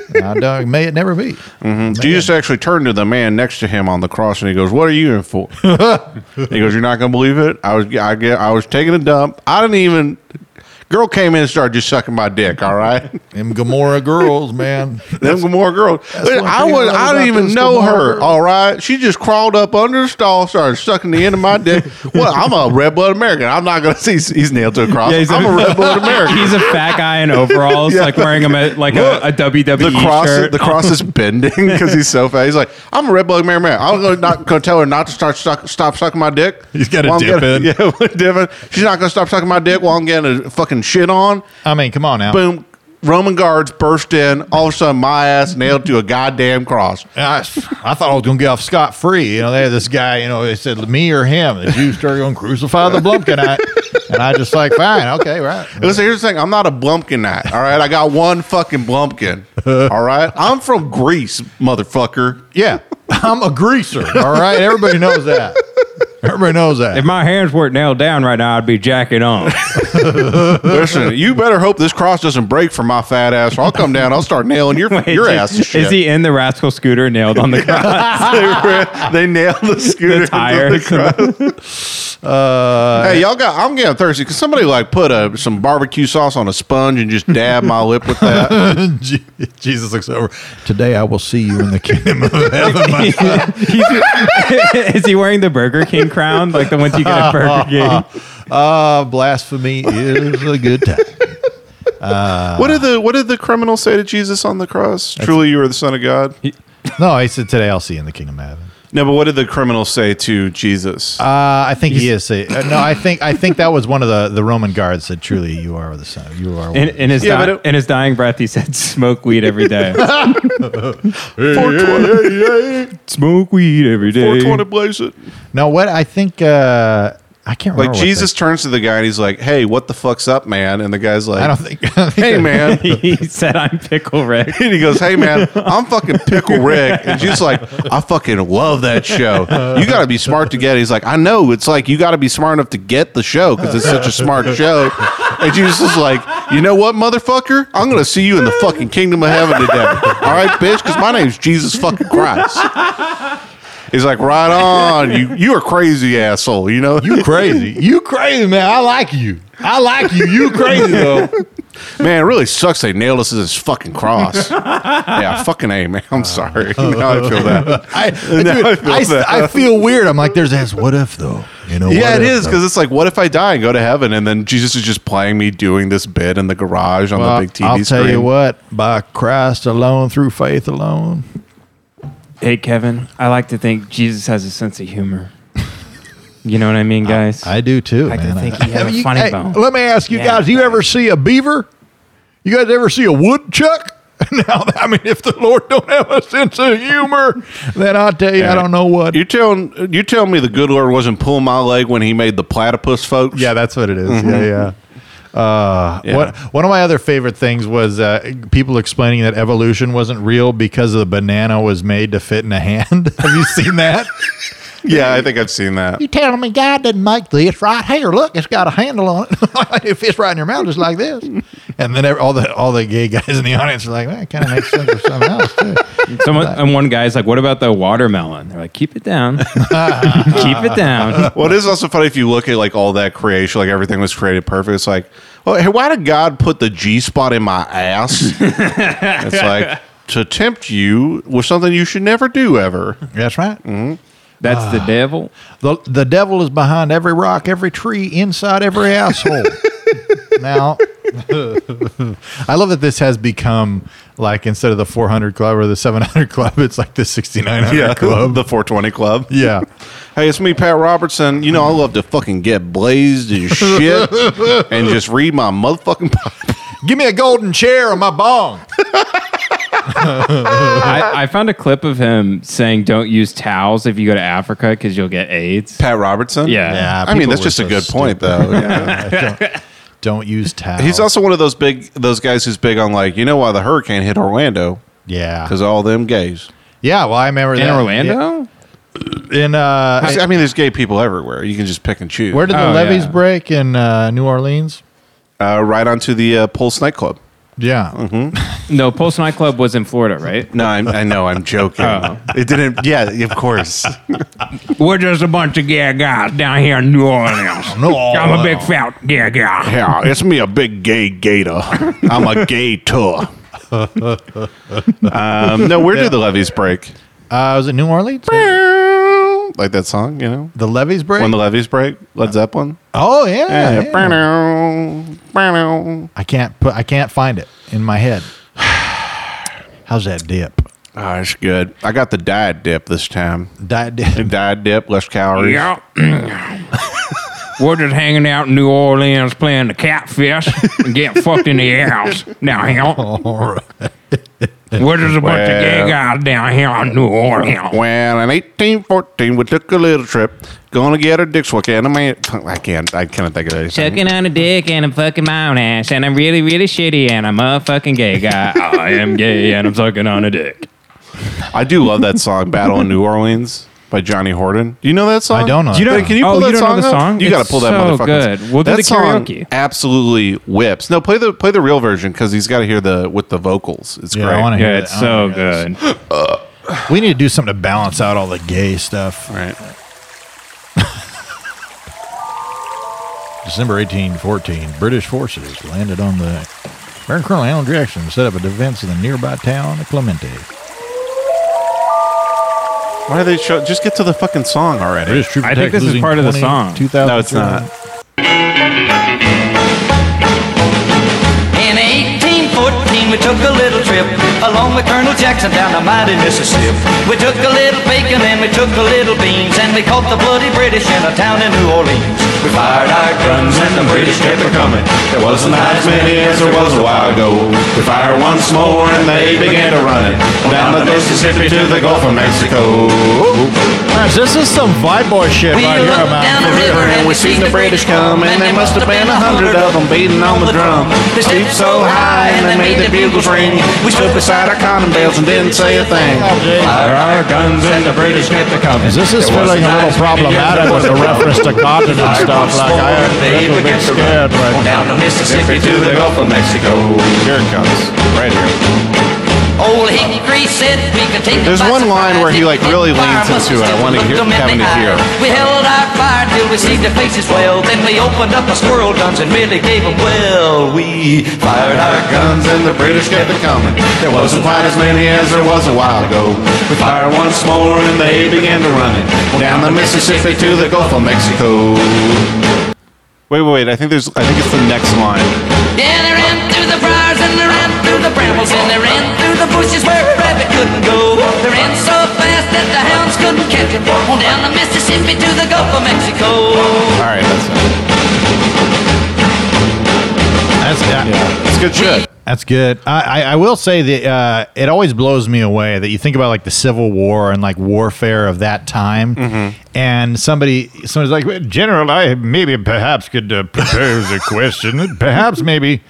I: Now, dog, may it never be.
A: hmm Jesus actually turned to the man next to him on the cross and he goes, "What are you in for?" he goes, "You're not going to believe it. I was I get I was taking a dump. I didn't even." Girl came in and started just sucking my dick. All right,
I: them Gomorrah girls, man.
A: them Gomorrah girls.
I: one
A: I
I: thing I
A: would.
I: love
A: I didn't
I: about
A: even
I: those
A: know
I: Gomorrah
A: her.
I: girls.
A: All right, Uh, she just crawled up under the stall, started sucking the end of my dick. well, I'm a red blood American. I'm not going to see. He's nailed to a cross.
C: Yeah, he's
A: I'm a red blood American.
C: He's a fat guy in overalls,
A: Yeah.
C: like wearing a me- like a, a WWE
A: the cross,
C: shirt.
A: The cross is bending because he's so fat. He's like, I'm a red blooded man, man. I'm gonna not gonna tell her not to start suck, stop sucking my dick. He's
I: got a dip in.
A: Yeah, dip in. She's not gonna stop sucking my dick while I'm getting a fucking shit on.
I: I mean, come on now.
A: Boom. Roman guards burst in. All of a sudden, my ass nailed to a goddamn cross.
I: I, I thought I was going to get off scot free. You know, they had this guy, you know, they said, me or him. The Jews started going to crucify the Blumpkinite. And I just like, fine, okay, right.
A: Listen, here's the thing. I'm not a blumpkin knight. All right, I got one fucking blumpkin. All right, I'm from Greece, motherfucker.
I: Yeah, I'm a greaser. All right, everybody knows that. Everybody knows that.
C: If my hands weren't nailed down right now, I'd be jacking on.
A: Listen, you better hope this cross doesn't break for my fat ass. Or I'll come down. I'll start nailing your
C: Wait,
A: your
C: is-
A: ass. to shit.
C: Is he in the rascal scooter nailed on the cross?
A: they, nailed the scooter
C: the tires.
I: Uh,
A: hey, y'all got. I'm getting thirsty. Can somebody like put a some barbecue sauce on a sponge and just dab my lip with that?
I: Je- Jesus looks over. Today I will see you in the kingdom of heaven. my son."
C: He's- is he wearing the Burger King crown, like the ones you get at Burger King?
B: Uh,
I: Ah, blasphemy is a good time. Uh,
A: what did the What did the criminal say to Jesus on the cross? Truly, you are the Son of God.
I: no, I said today I'll see you in the kingdom of heaven.
A: No, but what did the criminal say to Jesus?
I: Uh, I think he is. Say, uh, no, I think I think that was one of the, the Roman guards said, "Truly, you are the son. You are."
C: In, in his
I: Yeah,
C: di-
I: but it-
C: in his dying breath, he said, "Smoke weed every day. Smoke weed every day.
A: 420 blaze it.
I: no, what I think uh, I can't remember.
A: Like
I: what
A: Jesus turns to the guy and he's like, "Hey, what the fuck's up, man?" And the guy's like,
I: I don't think-
A: Hey, man.
C: he said, "I'm Pickle Rick."
A: And he goes, "Hey man, I'm fucking Pickle Rick," and she's like, "I fucking love that show. You got to be smart to get." it. He's like, "I know. It's like you got to be smart enough to get the show because it's such a smart show." And Jesus is like, "You know what, motherfucker? I'm gonna see you in the fucking kingdom of heaven today. All right, bitch, because my name's Jesus fucking Christ." He's like, right on. You you are crazy asshole. You know, you
B: crazy. You crazy man. I like you. I like you. You crazy though.
A: Man, it really sucks. They nailed us to this fucking cross. yeah, fucking a man. I'm sorry. Now I feel that.
B: I,
A: Now
B: dude, I,
A: feel
B: s-
A: that.
B: I feel weird. I'm like, there's this. What if though? You know?
A: yeah,
B: what
A: it
B: if,
A: is
B: though?
A: because it's like, what if I die and go to heaven, and then Jesus is just playing me doing this bit in the garage on
B: Well,
A: the big TV
B: I'll tell
A: screen.
B: you what. By Christ alone, through faith alone.
C: Hey, Kevin, I like to think Jesus has a sense of humor. You know what I mean, guys? I,
B: do too.
C: I
B: man.
C: think he had
B: Have
C: a
B: you-
C: funny
B: hey,
C: bone.
B: Let me ask you
C: Yeah.
B: guys: You ever see a beaver? You guys ever see a woodchuck? now, I mean, if the Lord don't have a sense of humor, then I tell you, I don't know what.
A: You telling you telling me the good Lord wasn't pulling my leg when he made the platypus, folks? Mm-hmm.
B: Yeah, that's what it is. Yeah, yeah. Uh,
A: Yeah.
B: What, one of my other favorite things was uh, people explaining that evolution wasn't real because the banana was made to fit in a hand. Have you seen that?
A: yeah, I think I've seen that.
J: You telling me God didn't make this right here? Look, it's got a handle on it. it fits right in your mouth just like this.
B: And then every, all the all the gay guys in the audience are like, that kind of makes sense or something else too.
C: Someone and one guy's like, "What about the watermelon?" They're like, "Keep it down, keep it down."
A: Well, it is also funny if you look at like all that creation, like everything was created perfect. It's like, well, hey, why did God put the G spot in my ass? it's like to tempt you with something you should never do ever. Mm-hmm.
B: That's right. Ah.
C: That's the devil.
B: The the devil is behind every rock, every tree, inside every asshole. now, I love that this has become like instead of the 400 club or the 700 club, it's like the 6900
A: Yeah,
B: club.
A: the 420 club.
B: Yeah.
A: Hey, it's me, Pat Robertson. You know, I love to fucking get blazed as shit and just read my motherfucking Bible.
B: Give me a golden chair on my bong.
C: I, I found a clip of him saying, "Don't use towels if you go to Africa because you'll get AIDS."
A: Pat Robertson.
C: Yeah,
A: I mean, that's just a good point, though. Yeah.
B: Don't use towels.
A: He's also one of those big those guys who's big on like, you know why the hurricane hit Orlando?
B: Yeah.
A: Because all them gays.
B: Yeah, well, I remember
A: In
B: that.
A: Orlando?
B: Yeah. In uh,
A: I mean, there's gay people everywhere. You can just pick and choose.
B: where did the levees break in uh, New Orleans?
A: Oh, Uh, right onto the uh, Pulse nightclub.
B: Yeah.
H: Mm-hmm.
C: No, Pulse nightclub was in Florida, right?
A: No, I'm, I know. I'm joking. It didn't. Yeah, of course.
H: Oh. We're just a bunch of gay guys down here in New Orleans. I'm a big fat gay guy.
A: Yeah, it's me, a big gay gator. I'm a gay tour. um, no, where did the levees break?
B: Uh, was it New Orleans?
A: Like that song, you know?
B: The levees break?
A: When the levees break? Led Zeppelin?
B: Oh yeah.
A: Yeah.
B: I can't put. I can't find it in my head. How's that dip?
A: Oh, it's good. I got the diet dip this time.
B: Diet dip.
A: Diet dip, less calories.
H: Yeah. We're just hanging out in New Orleans playing the catfish and getting fucked in the house down here. We're just a bunch of gay
A: Well.
H: guys down here in New Orleans.
A: Well, in 1814, we took a little trip. Gonna get a dick's work and a man. I can't. I can't think of anything.
C: Sucking on a dick and I'm fucking my own ass and I'm really really shitty and I'm a fucking gay guy. I am gay and I'm sucking on a dick.
A: I do love that song, "Battle in New Orleans" by Johnny Horton. Do you know that song?
B: I don't know
A: Do you
B: that
A: know?
B: song.
A: Can you
C: Oh,
A: pull
C: you
A: that
C: don't know
A: song?
C: the
A: up?
C: song?
A: You got
C: It's
A: to pull that
C: so
A: motherfucker.
C: good. We'll do
A: that
C: the
A: song
C: karaoke.
A: absolutely whips. No, play the play the real version because he's got to hear the with the vocals. It's
B: Yeah, I
A: great.
B: wanna hear Yeah, that. it's I wanna
C: good.
B: We need to do something to balance out all the gay stuff.
A: Right.
B: December 1814, British forces landed on the. Baron Colonel Alan Jackson set up a defense in the nearby town of Clemente.
A: Why are they show? Just get to the fucking song already.
B: British troop attack losing 20 2,000
A: No, it's not.
O: In 1814, we took a little trip along with Colonel Jackson down the mighty Mississippi. We took a little bacon and we took a little beans and we caught the bloody British in a town in New Orleans. We fired our guns and the British kept a coming.
P: There wasn't as many as there was a while ago. We fired once more and they began to run it. Down the Mississippi to the Gulf of Mexico.
B: Gosh, this is some vibe boy shit
P: right here. I'm out the river and we seen the British come, and there must have been a hundred of them beating on the drum. They stooped so high and they made the bugles ring. We stood beside our cotton bells and didn't say a thing. Fire our guns and the British kept a coming.
B: This is
P: There wasn't
B: feeling a little
P: as many as
B: problematic
P: there
B: with the
P: was a problem.
B: reference to cotton and
P: Fired
B: stuff.
P: once
B: Like, I
P: more,
B: am
P: they
B: a little bit
P: began to run.
B: scared right now.
P: Down the Mississippi to the Gulf of Mexico. Here it comes. Right here.
O: Old Hickory Harry said we could take
A: There's
O: them by
A: one line where he like really leans into it. I want to hear
O: Looked 'em in
A: Kevin
O: the
A: to hear.
O: eye. We held our fire till we see their faces well. Then we opened up our squirrel guns and really gave 'em well. We fired our
P: guns and the British kept it coming. There wasn't quite as many as there was a while ago. We fired once more and they began to run it down the Mississippi to the Gulf of Mexico.
A: Wait, wait, wait. I think there's. I think it's the next line.
O: Yeah, they ran through the briars and they ran through the brambles and they ran through the bushes where a rabbit couldn't go. They ran so fast that the hounds couldn't catch it. On down the Mississippi to the Gulf of Mexico.
A: All right, that's it.
I: That's that,
A: That's good shit.
I: That's good. I, I, I will say that uh, it always blows me away that you think about like the Civil War and like warfare of that time,
A: Mm-hmm.
I: and somebody somebody's like, "Well, General, I maybe perhaps could uh, propose a question. Perhaps maybe,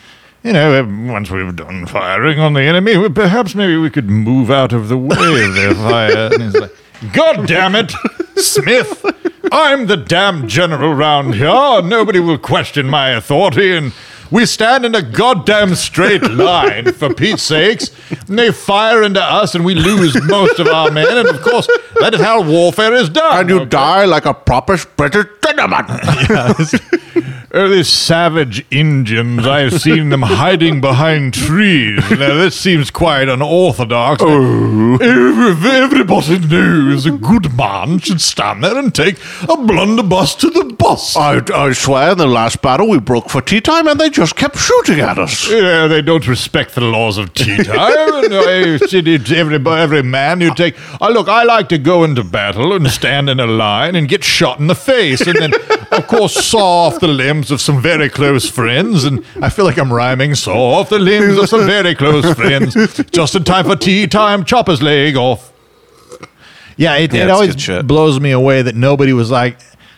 I: you know, uh, once we've done firing on the enemy, we- perhaps maybe we could move out of the way of their fire." And he's like, "God damn it, Smith! I'm the damn general round here. Ah, Nobody will question my authority, and we stand in a goddamn straight line, for Pete's sakes. And they fire into us, and we lose most of our men. And of course, that is how warfare is done. And you die like a proper British gentleman. Oh, these savage Indians. I've seen them hiding behind trees. Now, this seems quite unorthodox. Ev- Everybody knows a good man should stand there and take a blunderbuss to the boss.
G: I, I swear, in the last battle, we broke for tea time and they just kept shooting at us.
I: Yeah, they don't respect the laws of tea time. and I said it's every, every man you take. Oh, look, I like to go into battle and stand in a line and get shot in the face, and then, of course, saw off the limbs of some very close friends. And I feel like I'm rhyming. Saw off the limbs of some very close friends, just in time for tea time. Chopper's leg off. Yeah, it,
A: Yeah,
I: it
A: it's
I: always
A: good shit.
I: blows me away that nobody was like,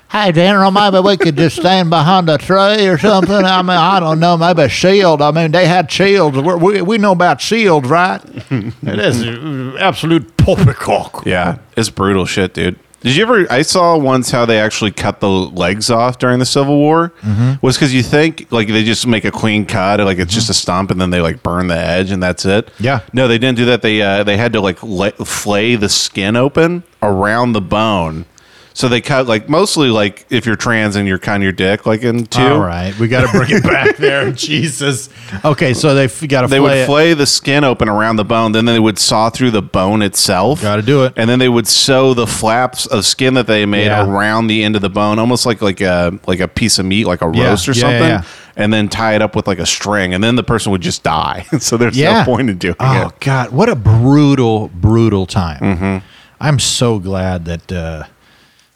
J: Hey, General, maybe we could just stand behind a tree or something. I mean, I don't know. Maybe a shield. I mean, they had shields. We're, we, we know about shields, right?
I: "It is uh, absolute poppycock."
A: Yeah, it's brutal shit, dude. Did you ever? I saw once how they actually cut the legs off during the Civil War.
P: Mm-hmm.
A: Was because you think like they just make a clean cut, like it's just a stump, and then they like burn the edge, and that's it.
I: Yeah.
A: No, they didn't do that. They uh, they had to like le- flay the skin open around the bone. So they cut like mostly like if you're trans and you're kind of your dick like in two.
I: All right, we got to bring it back there. Jesus. Okay, so they've got to
A: They would flay the skin open around the bone, then they would saw through the bone itself. Got
I: to do it,
A: and then they would sew the flaps of skin that they made
I: Yeah.
A: around the end of the bone, almost like like a like a piece of meat, like a
I: Yeah,
A: roast or
I: yeah,
A: something,
I: yeah, yeah.
A: and then tie it up with like a string, and then the person would just die. so there's
I: Yeah.
A: no point in doing
I: Oh
A: it.
I: God, what a brutal, brutal time.
A: Mm-hmm.
I: I'm so glad that uh,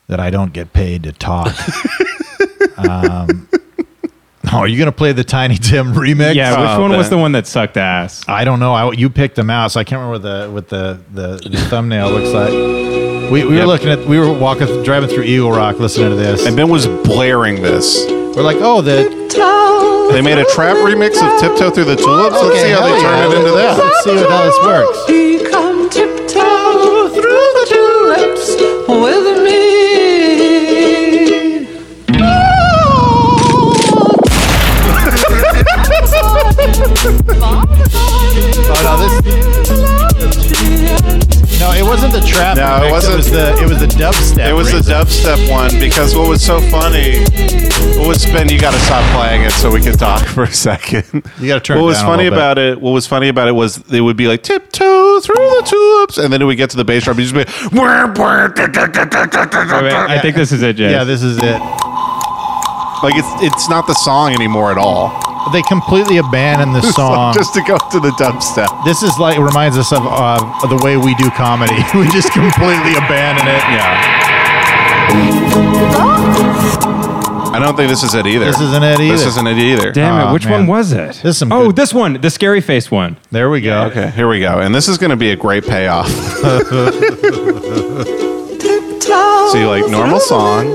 I: that I don't get paid to talk. um, oh, are you gonna play the Tiny Tim remix?
C: Yeah, which
I: one
C: one was the one that sucked ass?
I: I don't know. I, you picked them out, so I can't remember what the what the, the, the thumbnail looks like. We, we were
A: Yep.
I: looking at we were walking driving through Eagle Rock listening to this.
A: And Ben was blaring this.
I: We're like, oh, the
A: They made a trap remix of Tiptoe Through the Tulips. Let's see how they turn it into that.
I: Let's see how this works.
E: He come tiptoe through the tulips with me.
I: Oh no, this No, it wasn't the trap.
A: No,
I: remix,
A: it wasn't.
I: It was the it was the dubstep.
A: It was the dubstep one because what was so funny, what was Ben? You got to stop playing it so we can talk for a second.
I: You gotta turn it
A: What was
I: down a
A: funny
I: little bit.
A: about it? What was funny about it was they would be like tiptoe through the tulips, and then it would get to the bass drum. You just be.
C: I think this is it, Jay.
I: Yeah, this is it.
A: Like it's it's not the song anymore at all.
I: They completely abandoned the
A: It's like
I: song.
A: just to go to the dubstep.
I: This is like reminds us of uh, the way we do comedy. we just completely abandon it.
A: Yeah. I don't think this is it either.
I: This isn't it either. Oh,
A: This isn't it either.
C: Damn it! Which one was it?
I: This some
C: oh, this one, the scary face one.
I: There we go.
A: Okay, here we go. And this is going to be a great payoff. So you like normal song.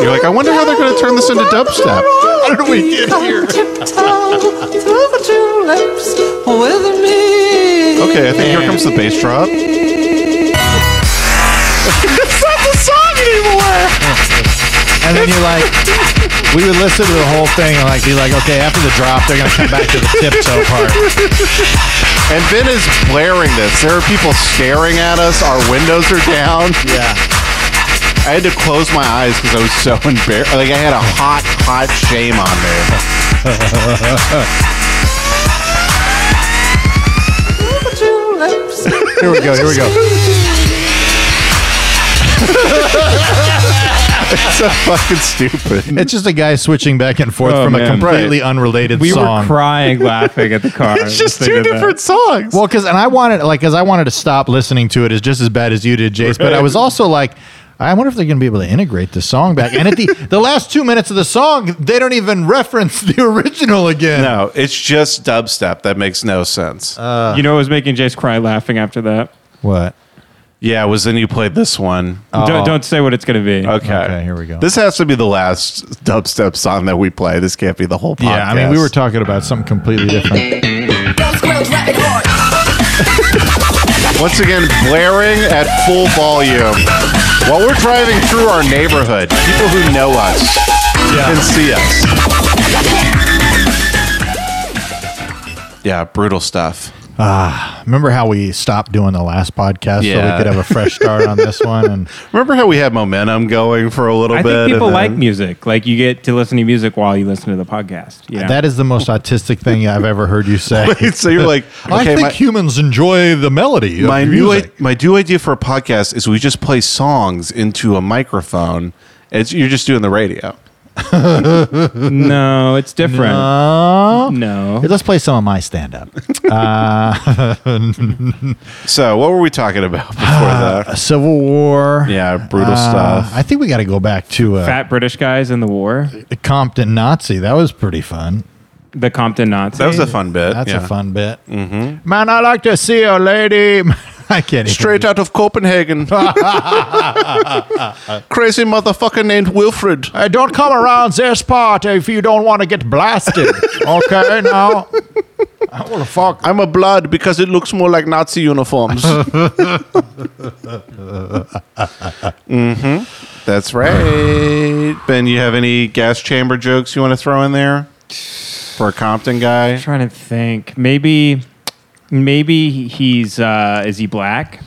A: You're like, I wonder how they're going to turn this into dubstep.
E: How did we get here? Tiptoe through the tulips with me.
A: Okay, I think here comes the bass drop.
E: it's not the song anymore.
I: And then you're like,
B: We would listen to the whole thing and like be like, okay, after the drop, they're gonna come back to the tiptoe part.
A: And Ben is blaring this. There are people staring at us. Our windows are down.
B: Yeah.
A: I had to close my eyes because I was so embarrassed. Like I had a hot, hot shame on
B: Here
A: me.
B: we go. Here we go.
A: it's so fucking stupid.
B: It's just a guy switching back and forth
I: Oh,
B: from a
I: man.
B: completely
I: Right.
B: unrelated
I: We were
B: song.
I: crying laughing
C: at the car.
I: It's just two different
A: songs.
B: Well, because and I wanted like because I wanted to stop listening to it is just as bad as you did, Jace. But I was also like. I wonder if they're going to be able to integrate the song back. And at the, the last two minutes of the song, they don't even reference the original again.
A: No, it's just dubstep. That makes no sense.
I: Uh,
C: you know what was making Jace cry laughing after that?
B: What?
A: Yeah, it was then you played this one.
C: Don't, don't say what it's going to be.
A: Oh. Okay.
B: Okay, here we go.
A: This has to be the last dubstep song that we play. This can't be the whole podcast.
B: Yeah, I mean, we were talking about something completely different.
A: Once again, blaring at full volume while we're driving through our neighborhood. People who know us can see us. Yeah, brutal stuff.
B: Ah, remember how we stopped doing the last podcast so we
A: Yeah.
B: could have a fresh start on this one? And
A: Remember how we had momentum going for a little
C: I
A: bit?
C: think people
A: and
C: like
A: then-
C: music. Like you get to listen to music while you listen to the podcast.
A: Uh,
C: Yeah.
B: that is the most autistic thing I've ever heard you say.
A: Wait, so you're like,
B: I
A: okay,
B: think
A: my-
B: humans enjoy the melody.
A: my
B: of
A: new
B: music.
A: I- my new idea for a podcast is we just play songs into a microphone. It's, you're just doing the radio.
C: no, it's different.
B: No.
C: No.
B: Let's play some of my stand up. uh,
A: so, what were we talking about before
I: uh,
A: that?
B: Civil War.
A: Yeah, brutal
B: Uh,
A: stuff.
B: I think we got to go back to uh,
C: Fat British guys in the war.
B: Compton Nazi. That was pretty fun.
C: The Compton Nazi.
A: That was a fun bit.
B: That's a fun bit.
A: Mm-hmm.
B: Man, I like to see a lady. I can't.
A: Straight out of Copenhagen. Crazy motherfucker named Wilfred.
B: Uh, don't come around this part if you don't want to get blasted. okay, now. Oh, fuck.
A: I'm a blood because it looks more like Nazi uniforms. mm-hmm. That's right. Ben, you have any gas chamber jokes you want to throw in there for a Compton guy?
C: I'm trying to think. Maybe, maybe he's uh, is he black?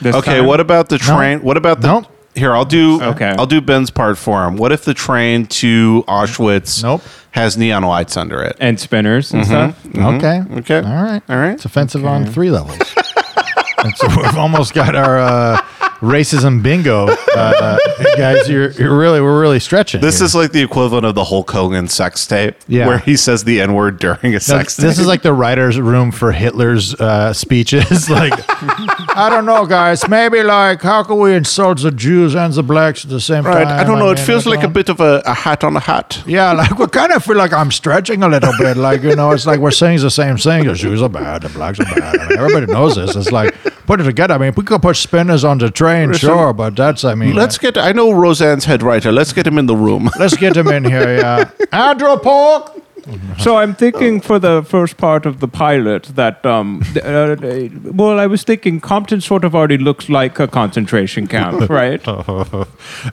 C: this
A: okay,
C: time?
A: what about the train? What about the Here, I'll do
C: Okay.
A: I'll do Ben's part for him. What if the train to Auschwitz has neon lights under it Mm-hmm.
C: and spinners and stuff?
I: Mm-hmm.
B: Okay.
A: Okay.
B: All right.
A: All right.
B: It's offensive on three levels. and so we've almost got our uh, racism bingo, uh, guys. You're, you're really we're really stretching.
A: This
B: here.
A: is like the equivalent of the Hulk Hogan sex tape,
B: Yeah.
A: where he says the N word during a
B: No,
A: sex tape.
B: this is like the writers' room for Hitler's uh, speeches. like, I don't know, guys. Maybe like, how can we insult the Jews and the blacks at the same
A: right.
B: time?
A: I don't know. It
B: mean,
A: feels
B: I
A: like a
B: don't-
A: bit of a, a hat on a hat.
B: yeah, like we kind of feel like I'm stretching a little bit. Like you know, it's like we're saying the same thing. The Jews are bad, the blacks are bad. I mean, everybody knows this. It's like put it together. I mean, we could put spinners on the train,
A: Listen,
B: sure, but that's I mean, uh,
A: Let's get. I know Roseanne's head writer. Let's get him in the room.
B: let's get them in here. Yeah, Andrew Pork.
H: So I'm thinking for the first part of the pilot that, um, th- uh, th- well, I was thinking Compton sort of already looks like a concentration camp, right?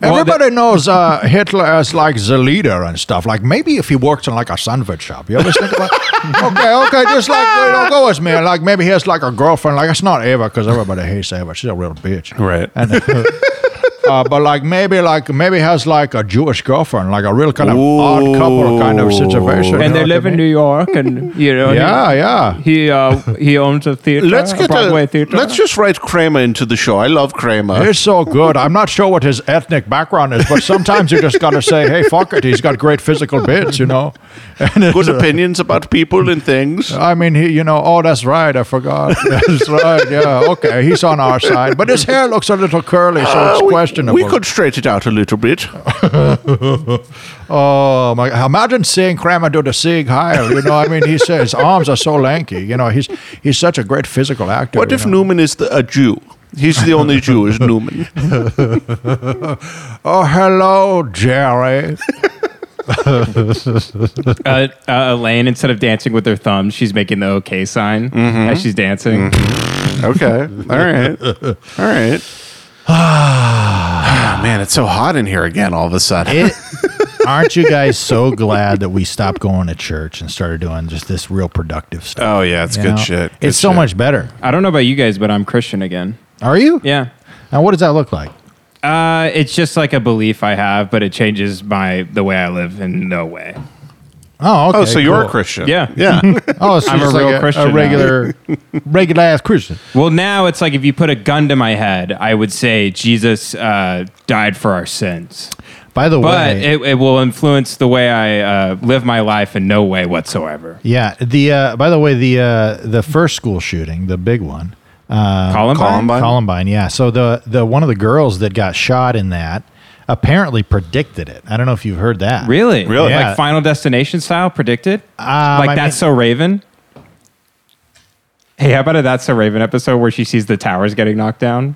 B: Everybody knows uh, Hitler as like the leader and stuff. Like maybe if he worked in like a sandwich shop, you always think about. okay, okay, just like you know, go with me. Like maybe he has like a girlfriend. Like it's not Eva because everybody hates Eva. She's a real bitch.
A: Right.
B: And, uh, uh, but like maybe like maybe he has like a Jewish girlfriend, like a real kind of odd couple kind of situation. you
H: and
B: know
H: they
B: what I
H: live in
B: mean?
H: New York, and you know,
B: Yeah,
H: he,
B: yeah.
H: He uh, he owns a theater,
A: Let's get
H: Broadway
A: a,
H: theater.
A: Let's just write Kramer into the show. I love Kramer.
B: He's so good. I'm not sure what his ethnic background is, but sometimes you just got to say, hey, fuck it. He's got great physical bits, you know? uh,
A: Good opinions about people and things.
B: I mean, he, you know, oh, that's right. I forgot. That's right. Yeah. Okay. He's on our side. But his hair looks a little curly, so it's
A: Uh, we-
B: questionable.
A: We could straighten it out a little bit.
B: oh, my. Imagine seeing Kramer do the Sieg Heil. You know, I mean, he says his arms are so lanky. You know, he's he's such a great physical actor.
A: What
B: you
A: if
B: know?
A: Newman is the, a Jew? He's the only Jew is Newman.
B: oh, hello, Jerry.
C: Uh, uh, Elaine, instead of dancing with her thumbs, she's making the OK sign as she's dancing.
A: Okay. Mm-hmm. All right. All right. Ah, man, it's so hot in here again all of a sudden.
I: Aren't you guys so glad that we stopped going to church and started doing just this real productive stuff?
A: Oh yeah, it's
I: You
A: good
I: know?
A: shit.
I: It's so much better.
C: I don't know about you guys, but I'm Christian again.
I: Are you?
C: Yeah.
I: Now, what does that look like?
C: Uh, it's just like a belief I have, but it changes my the way I live in no way.
I: Oh, okay.
C: Oh, so you're a
I: cool.
C: Christian. Yeah.
A: Yeah.
I: oh, so
C: I'm a
I: just
C: real
I: like
C: Christian
I: A
C: now.
I: regular, regular ass Christian.
C: Well, now it's like if you put a gun to my head, I would say Jesus uh, died for our sins.
I: By the
C: but
I: way-
C: it, it will influence the way I uh, live my life in no way whatsoever.
I: Yeah. The uh, by the way, the uh, the first school shooting, the big one, uh,
C: Columbine? Columbine?
I: Columbine. Yeah. So the the one of the girls that got shot in that apparently predicted it. I don't know if you've heard that.
C: Really?
I: Yeah. Um,
C: Like Final Destination style predicted? like
I: I
C: That's So Raven? Hey, how about a That's So Raven episode where she sees the towers getting knocked down?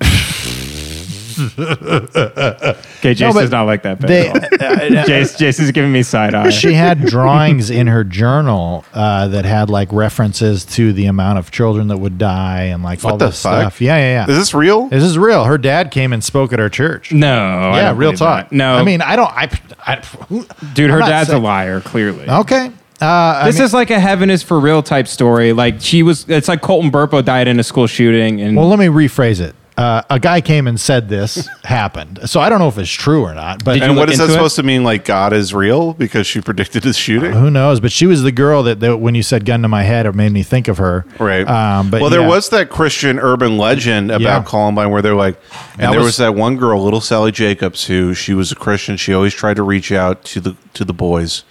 C: okay,
I: No,
C: Jason's
I: but
C: not like that. They,
I: they-
C: Jace, Jason's giving me side eye.
I: Uh, she had drawings in her journal uh, that had like references to the amount of children that would die and like
A: What
I: all
A: the
I: this
A: fuck?
I: stuff. Yeah, yeah, yeah.
A: Is this real?
I: This is real. Her dad came and spoke at her church.
C: No, I
I: yeah,
C: don't
I: real
C: believe
I: talk.
C: that. No.
I: I mean, I don't. I, I who-
C: Dude, her
I: I'm not
C: dad's a
I: saying-
C: liar, clearly.
I: Okay. Uh, I
C: this
I: mean-
C: is like a heaven is for real type story. Like she was, it's like Colton Burpo died in a school shooting, and
I: Well, let me rephrase it. Uh, a guy came and said this happened. So I don't know if it's true or not. But
A: and what is that supposed to mean? Like God is real because she predicted his shooting.
I: Who knows? But she was the girl that, that when you said "gun to my head," it made me think of her.
A: Right.
I: Um, but
A: well, there
I: yeah.
A: was that Christian urban legend about
I: Yeah.
A: Columbine where they're like, and
I: That
A: there was,
I: was-
A: that one girl, little Sally Jacobs, who she was a Christian. She always tried to reach out to the to the boys,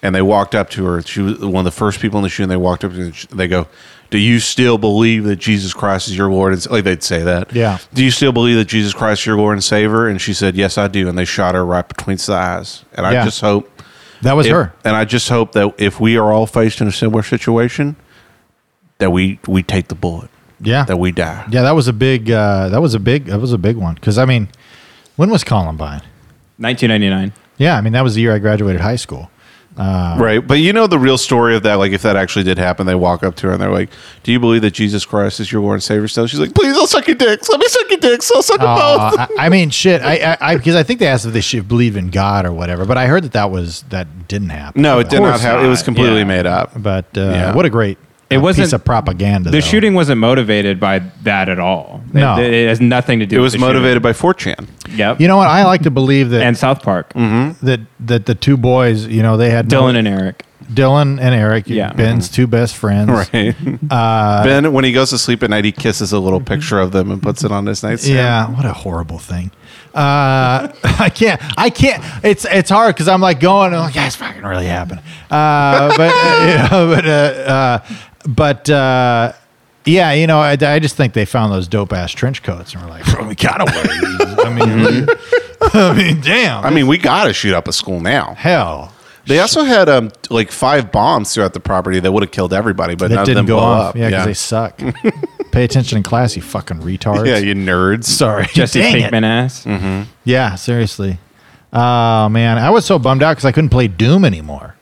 A: and they walked up to her. She was one of the first people in the shoe, and they walked up to her. And she- they go, "Do you still believe that Jesus Christ is your Lord?" And s- like they'd say that.
I: Yeah.
A: Do you still believe that Jesus Christ is your Lord and Savior? And she said, "Yes, I do." And they shot her right between the eyes. And I
I: Yeah.
A: just hope.
I: That was
A: if-
I: her.
A: And I just hope that if we are all faced in a similar situation, that we we take the bullet.
I: Yeah.
A: That we die.
I: Yeah, that was a big. Uh, that was a big. That was a big one. Because I mean, when was Columbine?
C: 1999.
I: Yeah, I mean that was the year I graduated high school. Uh,
A: right. But you know the real story of that, like if that actually did happen, they walk up to her and they're like, Do you believe that Jesus Christ is your Lord and Savior still? She's like, Please I'll suck your dicks. Let me suck your dicks. I'll suck them
I: Aw,
A: both.
I: uh, I, I mean, shit. I, I, because I think they asked if they should believe in God or whatever. But I heard that that was that didn't happen.
A: No, it
I: Of
A: did not
I: course
A: happen. It was completely
I: Yeah.
A: made up.
I: But uh,
A: Yeah.
I: what a great
C: It
I: uh,
C: wasn't-
I: piece of propaganda.
C: The
I: though.
C: shooting wasn't motivated by that at all.
I: No.
C: it, it has nothing to do.
I: It
C: with
I: was
C: the shooting.
I: motivated
A: by 4chan.
C: Yep.
I: You know what? I like to believe that
C: and South Park
A: Mm-hmm.
I: that that the two boys, you know, they had no-
C: Dylan and Eric.
I: Dylan and Eric,
C: Yeah.
I: Ben's two best friends.
A: Right.
I: Uh,
A: ben, when he goes to sleep at night, he kisses a little picture of them and puts it on his nightstand.
I: Yeah, what a horrible thing. Uh, I can't. I can't. It's it's hard because I'm like going. I'm like, that's fucking really happened. Uh, but you know, but uh, uh, but uh, yeah, you know, I, I just think they found those dope ass trench coats and were like, we gotta wear these. I mean, I mean, damn.
A: I mean, we got to shoot up a school now.
I: Hell.
A: They also had um like five bombs throughout the property that would have killed everybody, but
I: that
A: none
I: didn't
A: of them
I: go
A: blow
I: off.
A: up.
I: Yeah, because they suck. Pay attention in class, you fucking retards.
A: Yeah, you nerds.
I: Sorry.
C: Jesse
I: Dang it.
C: Pinkman ass. Mm-hmm.
I: Yeah, seriously. Oh man, I was so bummed out because I couldn't play Doom anymore.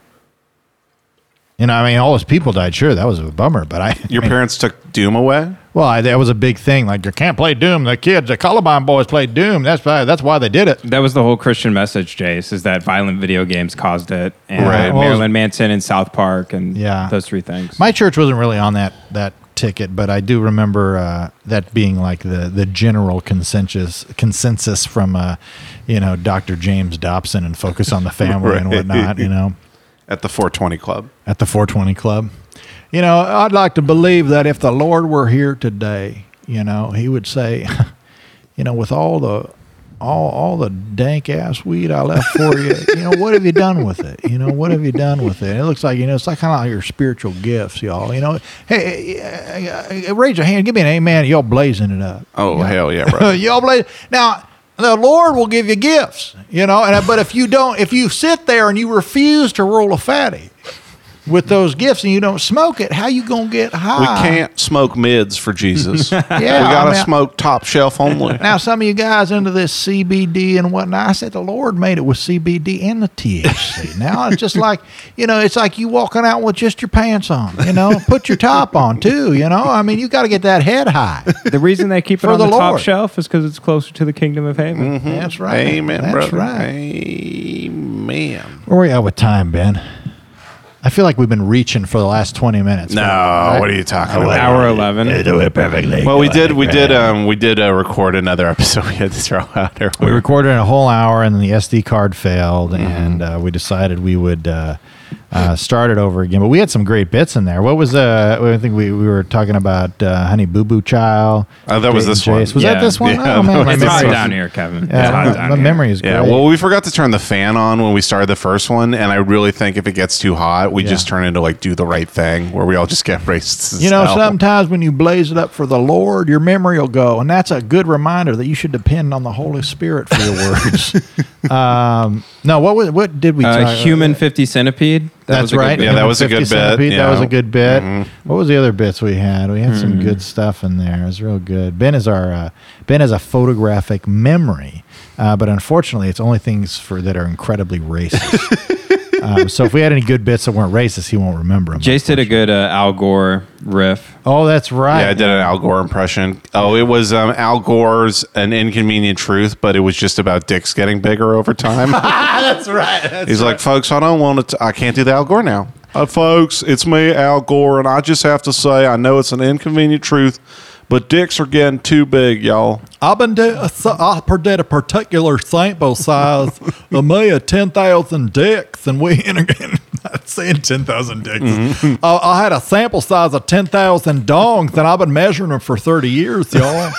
I: You know, I mean, all those people died. Sure, that was a bummer, but I.
A: Your parents took Doom away.
I: Well, I, that was a big thing. Like, you can't play Doom. The kids, the Columbine boys, played Doom. That's why. That's why they did it.
C: That was the whole Christian message, Jace, is that violent video games caused it, and
I: Right.
C: uh,
I: Well, it was-
C: Marilyn Manson and South Park, and
I: Yeah.
C: those three things.
I: My church wasn't really on that that ticket, but I do remember uh, that being like the the general consensus consensus from uh, you know Dr. James Dobson and Focus on the Family and
A: Right.
I: whatnot. You know,
A: At the 420 Club.
I: at the 420 Club. You know, I'd like to believe that if the Lord were here today, you know, he would say, you know, with all the all all the dank ass weed I left for you, you know, what have you done with it? You know, what have you done with it? And it looks like, you know, it's like kind of like your spiritual gifts, y'all. You know, hey, eh, eh, raise your hand, give me an amen. Y'all blazing it up.
A: Oh hell yeah, bro.
I: y'all blaze. Now, the Lord will give you gifts, you know. And but if you don't, if you sit there and you refuse to roll a fatty with those gifts and you don't smoke it, how you gonna get high?
A: We can't smoke mids for Jesus.
I: Yeah,
A: we gotta
I: I mean-
A: smoke top shelf only.
I: Now, some of you guys into this CBD and whatnot, I said the Lord made it with CBD and the THC. Now it's just like you know, it's like you walking out with just your pants on. You know, put your top on too. You know, I mean, you got to get that head high.
C: The reason they keep it
I: For
C: on
I: the
C: the, top
I: Lord.
C: shelf is because it's closer to the kingdom of heaven.
I: That's right.
A: Amen,
I: That's
A: brother.
I: right.
A: Amen. man.
I: Where are we at with time, Ben? I feel like we've been reaching for the last twenty minutes.
A: No,
I: Right?
A: what are you talking about?
C: Hour eleven.
A: You do it perfectly. Well, we did. We did. Um, we did uh, record another episode. We had to throw out. There.
I: We recorded a whole hour, and then the SD card failed,
A: Mm-hmm.
I: and uh, we decided we would uh, uh, start it over again. But we had some great bits in there. What was uh? I think we, we were talking about uh, Honey Boo Boo Child.
A: Uh, that was
I: Dayton
A: this one.
I: Chase. Was
A: Yeah.
I: that this one?
A: Yeah,
I: oh, man,
A: that
I: my
A: was
I: memory-
A: this one.
I: Yeah, my, my memory is
A: Yeah.
I: great.
A: Well, we forgot to turn the fan on when we started the first one, and I really think if it gets too hot, we just turn into like do the right thing, where we all just get racist. as
B: You know,
A: hell.
B: sometimes when you blaze it up for the Lord, your memory will go, and that's a good reminder that you should depend on the Holy Spirit for your words.
I: um, no, what was what did we?
C: Uh,
I: talk-
C: human fifty centipede.
I: That's right.
C: Yeah, that was a good
I: 50
C: bit. Mm-hmm.
I: Centipede, That was a good bit. What was the other bits we had? We had some good stuff in there. It was real good. Ben is our uh, Ben has a photographic memory, uh, but unfortunately, it's only things for that are incredibly racist. um, so if we had any good bits that weren't racist, he won't remember them.
C: Jace did a good uh, Al Gore riff.
I: Oh, that's right.
A: Yeah, I did an Al Gore impression. Oh, it was um, Al Gore's "An Inconvenient Truth," but it was just about dicks getting bigger over time.
I: that's right.
A: He's like, folks, I don't want to. I can't do the Al Gore now. Uh, folks, it's me, Al Gore, and I just have to say, I know it's an inconvenient truth, but dicks are getting too big, y'all.
B: I've been uh, did a, so- I per- did a particular sample size of me of ten thousand dicks, and we and again, I'm saying ten thousand dicks.
A: Mm-hmm.
B: I, I had a sample size of ten thousand dongs, and I've been measuring them for thirty years, y'all.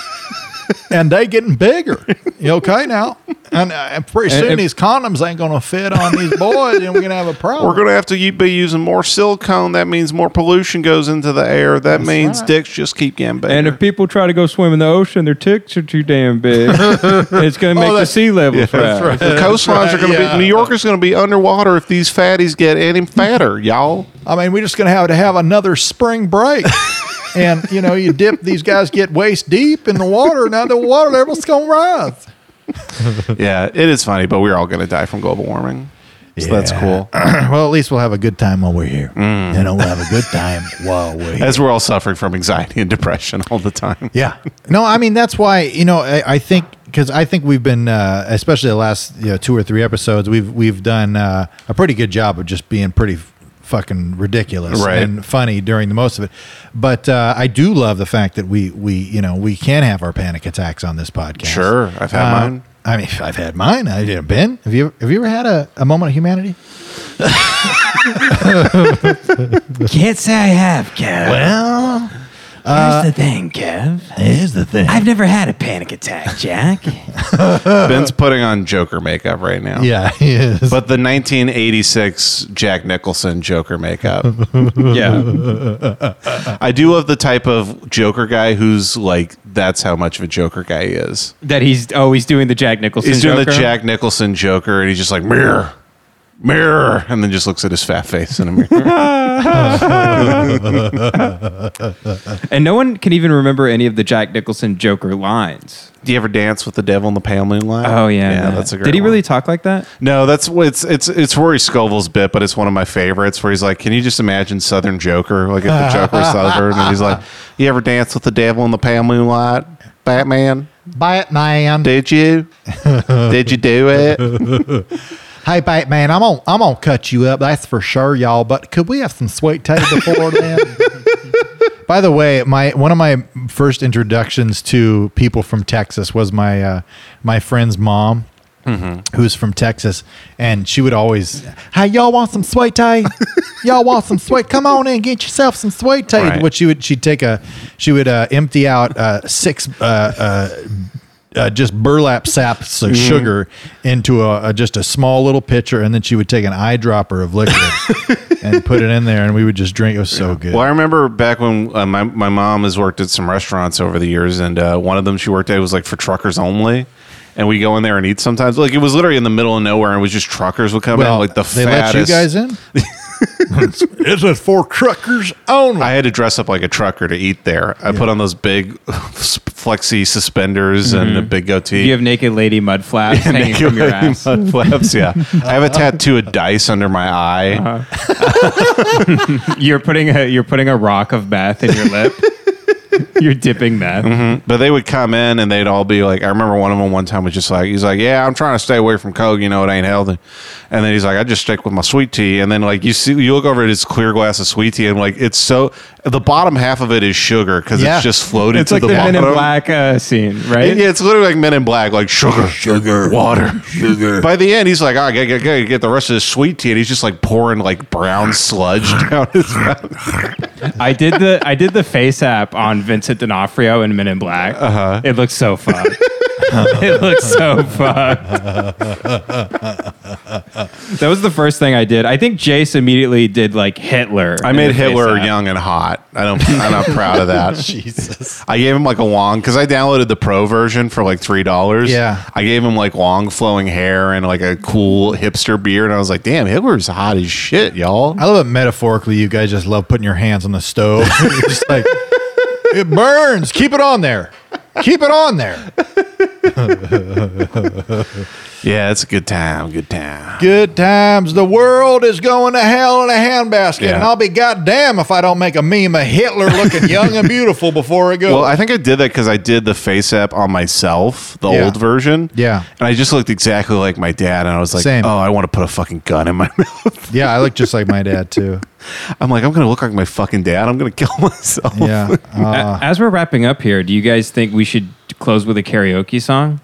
B: and they getting bigger. You okay now? And, uh, and pretty
A: And-
B: soon
A: and-
B: these condoms ain't gonna fit on these boys, and we're gonna have a problem.
A: We're going to have to u- be using more silicone. That means more pollution goes into the air. That means dicks just keep getting bigger.
C: And if people try to go swim in the ocean, their ticks are too damn big. it's going to make the sea level rise.
A: Oh, The coastlines are going to be, New York is going to be underwater if these fatties get any fatter, y'all.
B: I mean, we're just going to have to have another spring break. and, you know, you dip, these guys get waist deep in the water. Now the water level's going to rise.
A: yeah, it is funny, but we're all going to die from global warming. So that's cool. Mm.
I: well, at least we'll have a good time while we're here. You know, we'll have a good time while we're here.
A: As we're all suffering from anxiety and depression all the time.
I: Yeah. No, I mean that's why you know I, I think because I think we've been uh, especially the last you know, two or three episodes we've we've done uh, a pretty good job of just being pretty f- fucking ridiculous
A: Right.
I: and funny during the most of it. But uh, I do love the fact that we we you know we can have our panic attacks on this podcast.
A: Sure, I've had
I: Uh,
A: mine.
I: I mean, I've had mine. I did. Ben, have you have you ever had a, a moment of humanity?
H: Can't say I have, Kev.
I: Well, here's
A: uh,
H: the thing, Kev.
I: Here's the thing.
H: I've never had a panic attack, Jack.
A: Ben's putting on Joker makeup right now.
I: Yeah, he is.
A: But the 1986 Jack Nicholson Joker makeup.
I: yeah.
A: I do love the type of Joker guy who's like, that's how much of a Joker guy he is.
C: That he's oh he's doing the Jack Nicholson.
A: He's doing the
C: Joker.
A: Jack Nicholson Joker, and he's just like, mirror, mirror, and then just looks at his fat face in a mirror.
C: and no one can even remember any of the Jack Nicholson Joker lines.
A: Do you ever dance with the devil in the pale moonlight?
C: Oh yeah,
A: Yeah,
C: that-
A: that's a great
C: Did he
A: one.
C: really talk like that?
A: No, that's it's it's it's Rory Scovel's bit, but it's one of my favorites where he's like, "Can you just imagine Southern Joker? Like if the Joker was Southern, and he's like, you ever dance with the devil in the pale moonlight, Batman?
I: Batman,
A: did you? did you do it?
I: Hey, Batman, I'm on. I'm gonna cut you up. That's for sure, y'all. But could we have some sweet tea before that? By the way, my one of my first introductions to people from Texas was my uh, my friend's mom, who's from Texas, and she would always, "Hey, y'all want some sweet tea? y'all want some sweet? Come on in, get yourself some sweet tea."
B: Right.
I: What she would she'd take a she would uh, empty out uh, six. Uh, uh, uh, just burlap saps of
A: Mm-hmm.
B: Mhm.
I: sugar into a, a just a small little pitcher, and then she would take an eyedropper of liquid and put it in there, and we would just drink. It was so good.
A: Well, I remember back when uh, my, my mom has worked at some restaurants over the years, and uh, one of them she worked at was like for truckers only. And we go in there and eat sometimes. Like it was literally in the middle of nowhere, and it was just truckers would come
I: Well,
A: in. Like the
I: they let you
A: fattest-
I: guys in.
A: This is for truckers only. I had to dress up like a trucker to eat there. I put on those big flexi suspenders and
C: Mhm.
A: a big goatee.
C: You have naked lady mud flaps
A: Yeah,
C: hanging
A: naked
C: from your
A: lady
C: ass.
A: mud flaps, yeah. I have a tattoo of dice under my eye.
C: Uh-huh. you're putting a you're putting a rock of bath in your lip. You're dipping meth.
A: Mm-hmm. But they would come in and they'd all be like, I remember one of them one time was just like, he's like, yeah, I'm trying to stay away from coke. You know, it ain't healthy. And then he's like, I just stick with my sweet tea. And then like you see, you look over at his clear glass of sweet tea and like it's so the bottom half of it is sugar because
C: Yeah.
A: it's just floated
C: It's
A: to
C: like
A: the,
C: the Men
A: bottom.
C: in Black uh, scene, right?
A: Yeah, it's literally like Men in Black, like sugar,
P: Sugar.
A: water,
P: Sugar.
A: By the end, he's like, "Ah, "I gotta, gotta get the rest of this sweet tea," and he's just like pouring like brown sludge down his mouth.
C: I did the I did the face app on Vincent D'Onofrio in Men in Black. Uh-huh. It looks so fucked. it looks so fucked. that was the first thing I did. I think Jace immediately did like Hitler.
A: I
C: in
A: made
C: the face
A: Hitler
C: app.
A: young and hot. I don't. I'm not proud of that. Jesus. I gave him like a long because I downloaded the pro version for like three dollars.
I: Yeah.
A: I gave him like long flowing hair and like a cool hipster beard. And I was like, damn, Hitler's hot as shit, y'all.
I: I love it metaphorically. You guys just love putting your hands on the stove. You're just like it burns. Keep it on there. Keep it on there.
A: Yeah, it's a good time. Good time.
I: Good times. The world is going to hell in a handbasket,
A: Yeah.
I: and I'll be goddamn if I don't make a meme of Hitler looking young and beautiful before it goes.
A: Well, I think I did that because I did the face app on myself, the
I: Yeah.
A: old version.
I: Yeah.
A: And I just looked exactly like my dad. And I was like,
I: Same.
A: oh, I want to put a fucking gun in my mouth.
I: yeah, I look just like my dad too.
A: I'm like, I'm going to look like my fucking dad. I'm going to kill myself.
I: Yeah. Uh,
C: A- As we're wrapping up here, do you guys think we should close with a karaoke song?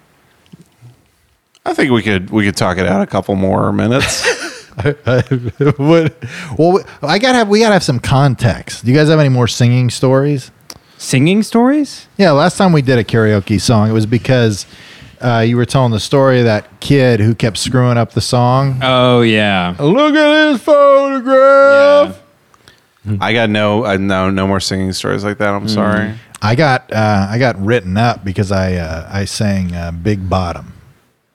A: I think we could we could talk it out a couple more minutes.
I: what? Well, we- I gotta have we gotta have some context. Do you guys have any more singing stories?
C: Singing stories?
I: Yeah, last time we did a karaoke song, it was because uh, you were telling the story of that kid who kept screwing up the song.
C: Oh yeah.
I: Look at his photograph.
A: I got no uh, no no more singing stories like that. I'm
I: Mm.
A: sorry.
I: I got uh, I got written up because I uh, I sang uh, Big Bottom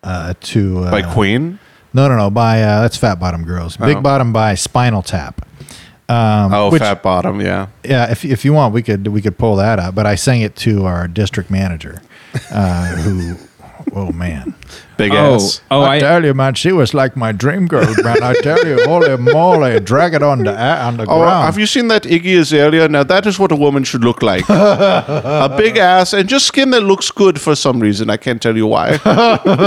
I: uh, to uh,
A: By Queen?
I: No, no, no. By uh, that's Fat Bottom Girls.
A: Oh.
I: Big Bottom by Spinal Tap. Um,
A: oh,
I: which-
A: Fat Bottom. Yeah.
I: Yeah, if, if you want, we could we could pull that up. But I sang it to our district manager, uh, who, oh man,
A: Big Oh, ass. oh,
I: I, tell you, man, she was like my dream girl, man. I tell you, holy moly, drag it on the a- on the
A: Oh,
I: ground.
A: have you seen that Iggy Azalea? Now that is what a woman should look like. a big ass and just skin that looks good for some reason. I can't tell you why.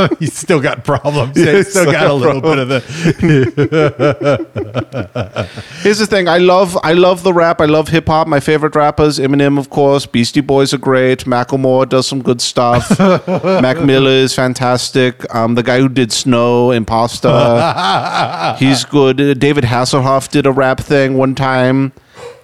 I: He's still got problems.
A: Yeah,
I: He's still got a little bit
A: problem.
I: of the.
A: Here's the thing. I love I love the rap. I love hip hop. My favorite rappers, Eminem, of course. Beastie Boys are great. Macklemore does some good stuff. Mac Miller is fantastic. Um, the guy who did Snow, Imposter, he's good. Uh, David Hasselhoff did a rap thing one time.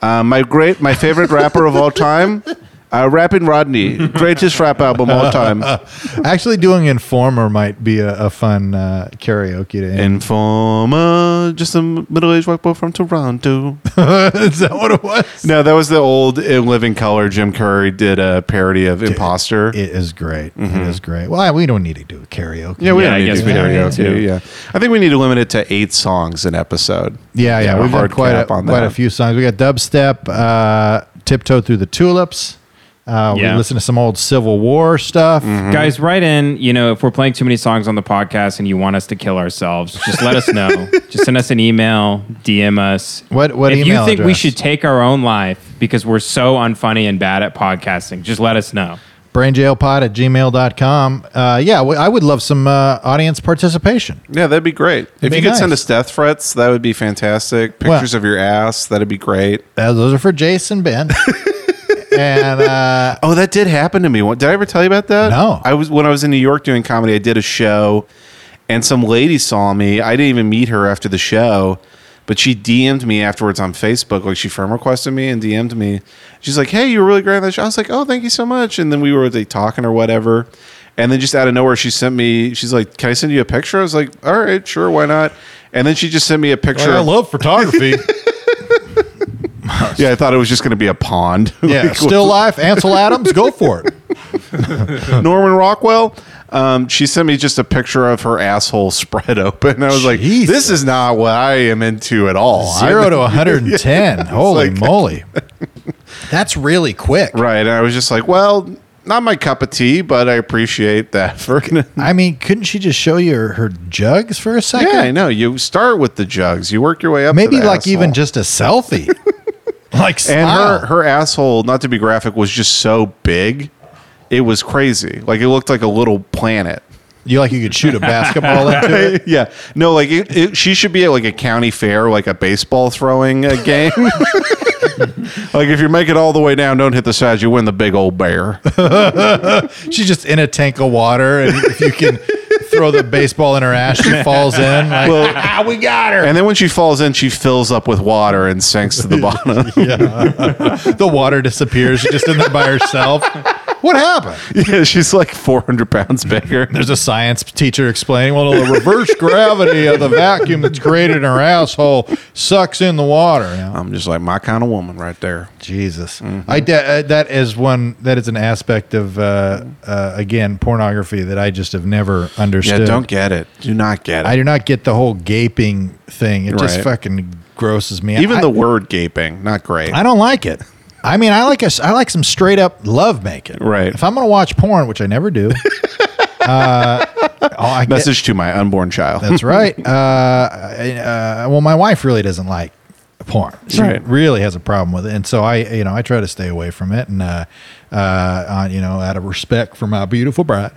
A: Uh, my great, my favorite rapper of all time. Uh, Rapping Rodney, greatest rap album of all time.
I: Actually, doing Informer might be a, a fun uh, karaoke to end.
A: Informer, just a middle-aged white boy from Toronto.
I: Is that what it was?
A: No, that was the old In Living Color. Jim Curry did a parody of Imposter. It
I: is great. is great. Well, I- we don't need to do karaoke.
A: Yeah, we
I: Yeah,
A: don't
I: I
A: need
I: guess
A: to do
I: we don't need
A: karaoke.
I: to.
A: Yeah, I think we need to limit it to eight songs an episode.
I: Yeah, yeah,
A: a
I: we've got
A: hard
I: quite a,
A: cap on
I: quite a
A: that.
I: few songs. We got dubstep, uh, tiptoe through the tulips. Uh,
C: Yeah.
I: We listen to some old Civil War stuff,
A: Mm-hmm.
C: Guys, write in. You know, if we're playing too many songs on the podcast and you want us to kill ourselves, just let us know. just send us an email, DM us.
I: What- what
C: if
I: email
C: you think we
I: address?
C: should take our own life because we're so unfunny and bad at podcasting? Just let us know.
I: brainjailpod at gmail.com. Uh, yeah, we, I would love some uh, audience participation.
A: Yeah, that'd be great.
I: That'd
A: if
I: be
A: you could
I: nice.
A: send us death threats, that would be fantastic.
I: Well-
A: Pictures of your ass, that'd be great.
I: Uh, those are for Jason Ben. and uh,
A: oh, that did happen to me. What- Did I ever tell you about that?
I: No.
A: I was when I was in New York doing comedy. I did a show, and some lady saw me. I didn't even meet her after the show, but she DM'd me afterwards on Facebook. Like she friend requested me and DM'd me. She's like, "Hey, you were really great on that show." I was like, "Oh, thank you so much." And then we were like talking or whatever. And then just out of nowhere, she sent me. She's like, "Can I send you a picture?" I was like, "All right, sure, why not?" And then she just sent me a picture.
I: I love photography.
A: yeah, I thought it was just going to be a pond.
I: yeah,
A: Like,
I: still life, Ansel Adams, go for it.
A: Norman Rockwell. Um, she sent me just a picture of her asshole spread open. I was like, "This is not what I am into at all."
I: Zero
A: I'm-
I: to 110.
A: It's
I: Holy
A: like-
I: moly. That's really quick,
A: right? And I was just like, "Well, not my cup of tea, but I appreciate that." For
I: I mean, couldn't she just show you her, her jugs for a second?
A: yeah, I know. You start with the jugs. You work your way up.
I: Maybe like even just a selfie. Like
A: and
I: smile.
A: her her asshole, not to be graphic, was just so big, it was crazy. Like it looked like a little planet.
I: You like you could shoot a basketball into it?
A: yeah, no, like it, it, she should be at like a county fair, like a baseball throwing uh, game. like if you make it all the way down, don't hit the sides, you win the big old bear.
I: She's just in a tank of water, and if you can throw the baseball in her ass, she falls in. Like,
A: Well-
I: "Ah, we got her.
A: And then when she falls in, she fills up with water and sinks to the bottom.
I: the water disappears. She's just in there by herself. What happened?
A: Yeah, she's like 400 pounds bigger.
I: There's a science teacher explaining, well, the reverse gravity of the vacuum that's created in her asshole sucks in the water.
A: I'm just like my kind of woman right there. Mm-hmm.
I: Jesus. I de- uh, that is one that is an aspect of uh, uh, again pornography that I just have never understood.
A: Yeah, don't get it. Do not get it.
I: I do not get the whole gaping thing. It just
A: Right.
I: fucking grosses me. out.
A: Even
I: I-
A: the word gaping, not great.
I: I don't like it. I mean, I like a, I like some straight up love making. Right. If I'm gonna watch porn, which I never do. uh, oh, I get-
A: Message to my unborn child.
I: that's right. Uh, I- uh, well, my wife really doesn't like porn. She
A: Right.
I: really has a problem with it, and so I, you know, I try to stay away from it, and uh, uh, uh, you know, out of respect for my beautiful bride.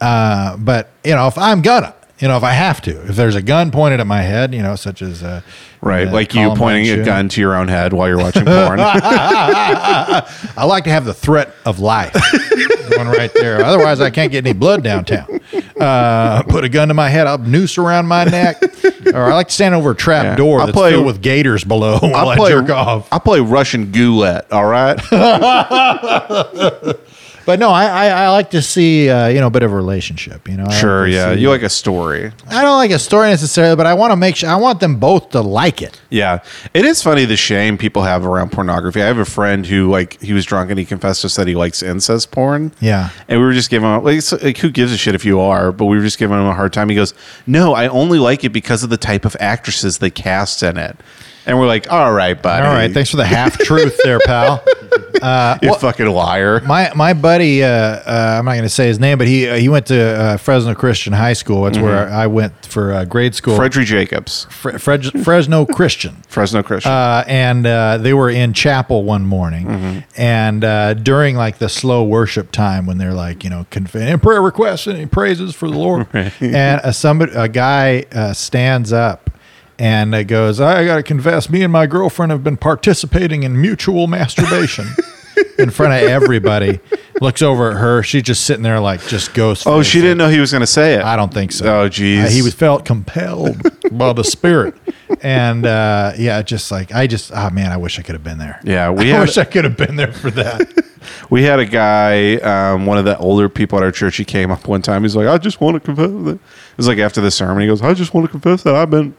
I: Uh, but you know, if I'm gonna, you know, if I have to, if there's a gun pointed at my head, you know, such as uh,
A: right,
I: uh,
A: like you
I: Columbine
A: pointing a
I: shooting.
A: gun to your own head while you're watching porn.
I: I like to have the threat of life going right there. Otherwise, I can't get any blood downtown. Uh, put a gun to my head, I'll noose around my neck, or I like to stand over a trap
A: Yeah.
I: door
A: I
I: that's
A: play-
I: filled with gators below while I,
A: play,
I: jerk off.
A: I play Russian roulette. All right.
I: But no, I, I, I like to see uh, you know a bit of a relationship. You know, I like
A: sure.
I: to
A: Yeah.
I: see-
A: You like a story.
I: I don't like a story necessarily, but I want to make sure I want them both to like it.
A: Yeah. It is funny the shame people have around pornography. I have a friend who like he was drunk and he confessed to us that he likes incest porn.
I: Yeah.
A: And we were just giving him like, it's- like who gives a shit if you are, but we were just giving him a hard time. He goes, "No, I only like it because of the type of actresses they cast in it." And we're like, "All right, buddy.
I: All right, thanks for the half truth there, pal. Uh,
A: you fucking liar."
I: My my buddy, uh, uh, I'm not going to say his name, but he uh, he went to uh, Fresno Christian High School. That's where
A: Mhm.
I: I went for uh, grade school.
A: Frederick Jacobs.
I: Fre- Fred, Fresno Christian.
A: Fresno Christian.
I: Uh, and uh, they were in chapel one morning,
A: Mm-hmm.
I: and uh, during like the slow worship time when they're like you know conf- and prayer requests and praises for the Lord, and a somebody a guy uh, stands up and uh, goes, "I got to confess, me and my girlfriend have been participating in mutual masturbation." In front of everybody, looks over at her. She's just sitting there, like just ghost.
A: oh, she didn't know he was going to say it. I
I: don't think so.
A: Oh, jeez.
I: Uh, he was felt compelled by the spirit, and uh, yeah, just like I just oh man, I wish I could have been there.
A: Yeah, we
I: I
A: had-
I: wish I could have been there for that.
A: We had a guy, um, one of the older people at our church. He came up one time. He's like, "I just want to confess." That. It was like after the sermon. He goes, "I just want to confess that I've been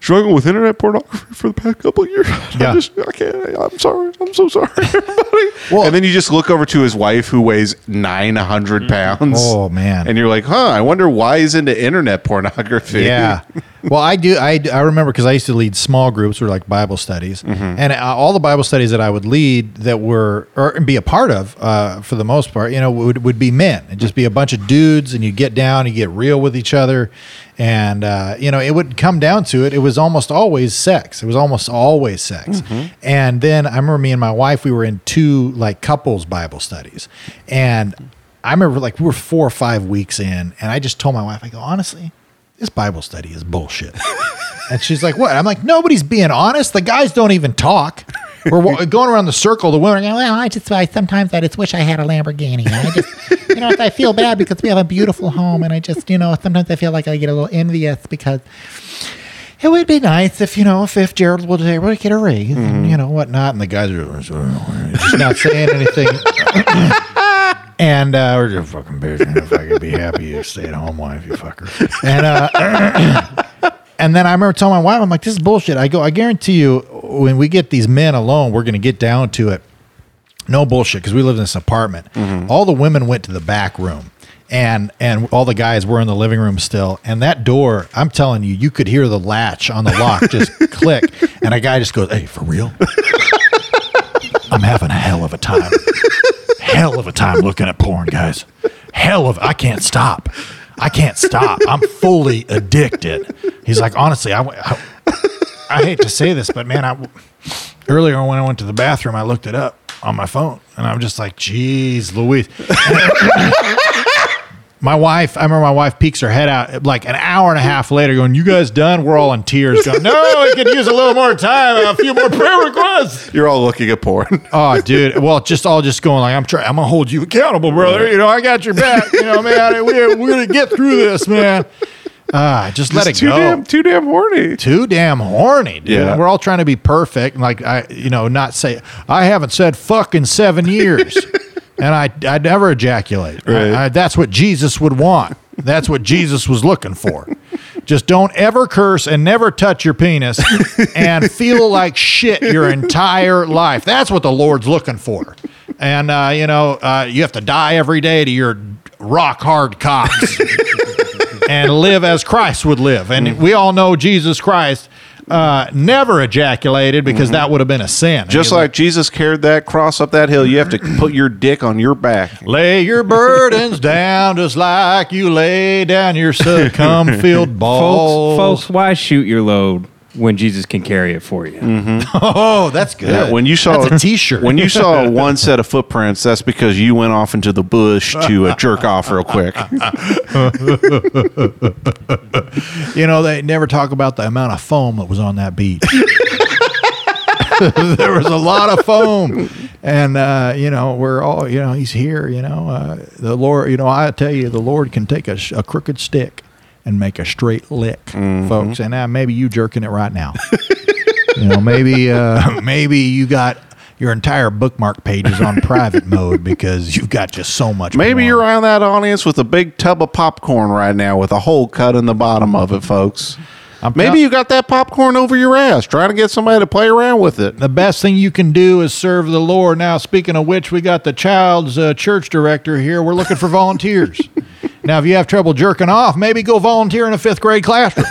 A: struggling with internet pornography for the past couple of years. I just, I can't. I'm sorry. I'm so sorry, everybody." and then you just look over to his wife, who weighs nine hundred pounds.
I: Oh, man.
A: And you're like, "Huh? I wonder why he's into internet pornography."
I: Yeah. Well, I do. I, I remember because I used to lead small groups or like Bible studies, and uh, all the Bible studies that I would lead that were or be a part of, uh, for the most part, you know, would would be men. It'd just be a bunch of dudes, and you get down, you get real with each other, and uh, you know, it would come down to it. It was almost always sex. It was almost always sex.
A: Mm-hmm.
I: Mm-hmm. And then I remember me and my wife, we were in two like couples Bible studies, and. I remember like we were four or five weeks in, and I just told my wife, I go, honestly, this Bible study is bullshit. and she's like, what? I'm like, nobody's being honest. The guys don't even talk. We're wa- going around the circle. The women are going, well, I just, I sometimes I just wish I had a Lamborghini. I just, you know, I feel bad because we have a beautiful home and I just, you know, sometimes I feel like I get a little envious because it would be nice if, you know, if, if Gerald would would get a raise and, you know, whatnot. Mm-hmm. And the guys are just uh, not saying anything. and uh, we're just fucking bitching if I could be happy, you stay at home wife, you fucker. And uh, and then I remember telling my wife, I'm like, this is bullshit. I go, I guarantee you, when we get these men alone, we're gonna get down to it. No bullshit, because we lived in this apartment. All the women went to the back room. And and all the guys were in the living room still, and that door, I'm telling you, you could hear the latch on the lock just click, and a guy just goes, "Hey, for real? I'm having a hell of a time. hell of a time looking at porn, guys. Hell of I can't stop. I can't stop. I'm fully addicted. He's like, honestly, I, I, I hate to say this, but man, I, earlier when I went to the bathroom, I looked it up on my phone, and I'm just like, "Jeez, Louise." my wife, I remember my wife peeks her head out like an hour and a half later, going, "You guys done?" We're all in tears, going, "No, it could use a little more time, a few more prayer requests."
A: You're all looking at porn.
I: Oh, dude. Well, just all just going like I'm trying. I'm gonna hold you accountable, brother. You know, I got your back. You know, man, we're, we're gonna get through this, man. Ah, just, let it
A: too
I: go.
A: Damn, too damn horny.
I: Too damn horny, dude.
A: Yeah.
I: We're all trying to be perfect, and like I, you know, not say I haven't said fuck in seven years, and I, I never ejaculate. I- I- that's what Jesus would want. That's what Jesus was looking for. Just don't ever curse and never touch your penis and feel like shit your entire life. That's what the Lord's looking for. And, uh, you know, uh, you have to die every day to your rock hard cocks and live as Christ would live. And we all know Jesus Christ uh, never ejaculated because that would have been a sin.
A: Mm-hmm. Just
I: He-
A: like Jesus carried that cross up that hill, you have to put your dick on your back.
I: Lay your burdens down just like you lay down your succumb filled balls.
C: Folks, folks, why shoot your load when Jesus can carry it for you?
I: Oh, that's good.
A: Mm-hmm. Yeah, when you saw
I: that's a T-shirt,
A: When you saw one set of footprints, that's because you went off into the bush to uh, jerk off real quick.
I: you know they never talk about the amount of foam that was on that beach. there was a lot of foam, and uh, you know we're all you know he's here. You know uh, the Lord. You know I tell you the Lord can take a, sh- a crooked stick and make a straight lick,
E: Mm-hmm.
B: Mm-hmm.
I: folks.
A: eh?
I: And uh, maybe you jerking it right now. you know maybe uh, maybe you got. Your entire bookmark page is on private mode because you've got just so much.
A: Maybe you're on that audience with a big tub of popcorn right now with a hole cut in the bottom of it, folks. Maybe you got that popcorn over your ass trying to get somebody to play around with it.
I: The best thing you can do is serve the Lord. Now, speaking of which, we got the child's uh, church director here. We're looking for volunteers. now, if you have trouble jerking off, maybe go volunteer in a fifth grade classroom.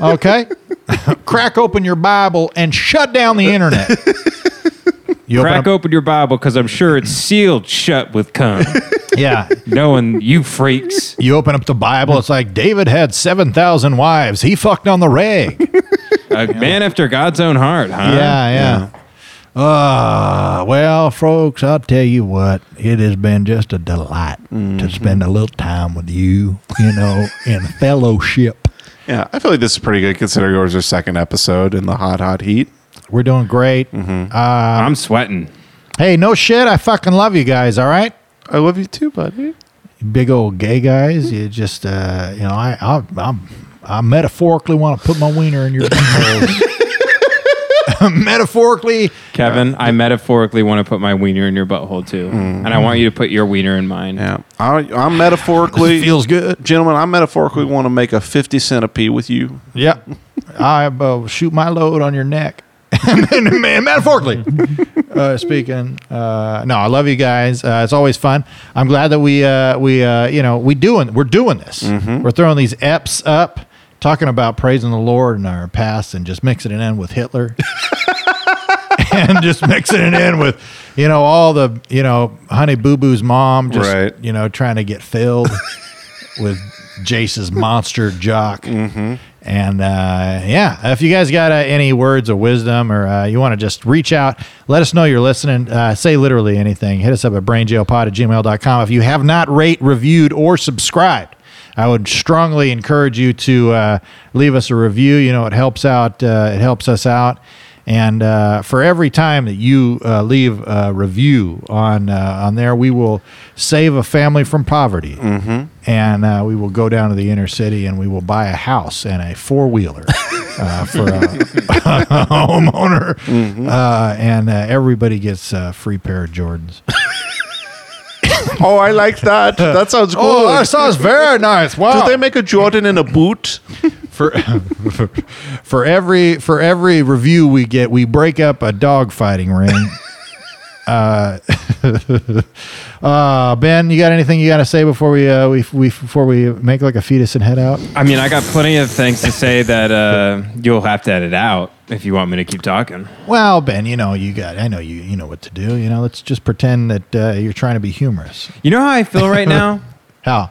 I: okay? Crack open your Bible and shut down the internet.
C: Crack open your Bible because I'm sure it's sealed shut with cum.
I: yeah.
C: Knowing you freaks.
I: You open up the Bible, it's like David had 7,000 wives. He fucked on the rag.
C: A man after God's own heart, huh?
I: Yeah, yeah. Ah, well, folks, I'll tell you what, it has been just a delight
A: Mm-hmm.
I: to spend a little time with you, you know, in fellowship.
A: Yeah, I feel like this is pretty good considering yours our second episode in the hot, hot heat. Mm-hmm.
I: We're doing great. Um,
C: I'm sweating.
I: Hey, no shit, I fucking love you guys, all right?
A: I love you too, buddy.
I: Big old gay guys, you just, uh, you know, I, I, I'm, I metaphorically want to put my wiener in your butthole. metaphorically,
C: Kevin, I metaphorically want to put my wiener in your butthole too. And I want you to put your wiener in mine.
A: Yeah. I, I'm metaphorically
I: feels good,
A: gentlemen. I metaphorically want to make a fifty centipede with you.
I: Yep. I uh, shoot my load on your neck. man, man, metaphorically uh, speaking. Uh, no, I love you guys. Uh, it's always fun. I'm glad that we uh, we uh, you know we doing we're doing this. We're throwing these eps up, talking about praising the Lord and our past, and just mixing it in with Hitler, and just mixing it in with you know all the you know Honey Boo Boo's mom, just
A: Right.
I: you know trying to get filled with Jace's monster jock.
A: Mm-hmm.
I: And uh, yeah, if you guys got uh, any words of wisdom or uh, you want to just reach out, let us know you're listening. Uh, say literally anything. Hit us up at brainjailpod at gmail.com. If you have not rate, reviewed, or subscribed, I would strongly encourage you to uh, leave us a review. You know, it helps out. Uh, it helps us out. And uh, for every time that you uh, leave a review on uh, on there, we will save a family from poverty,
A: Mm-hmm.
I: and uh, we will go down to the inner city and we will buy a house and a four wheeler uh, for a, a homeowner,
A: Mm-hmm.
I: uh, and uh, everybody gets a free pair of Jordans.
A: Oh, I like that. That sounds cool.
I: Oh, that sounds very nice. Wow.
A: Did they make a Jordan in a boot?
I: for for every for every review we get, we break up a dog fighting ring. uh, uh, ben, you got anything you got to say before we uh, we we before we make like a fetus and head out?
C: I mean, I got plenty of things to say that uh, you'll have to edit out if you want me to keep talking.
I: Well, Ben, you know you got. I know you you know what to do. You know, let's just pretend that uh, you're trying to be humorous.
C: You know how I feel right now?
I: how?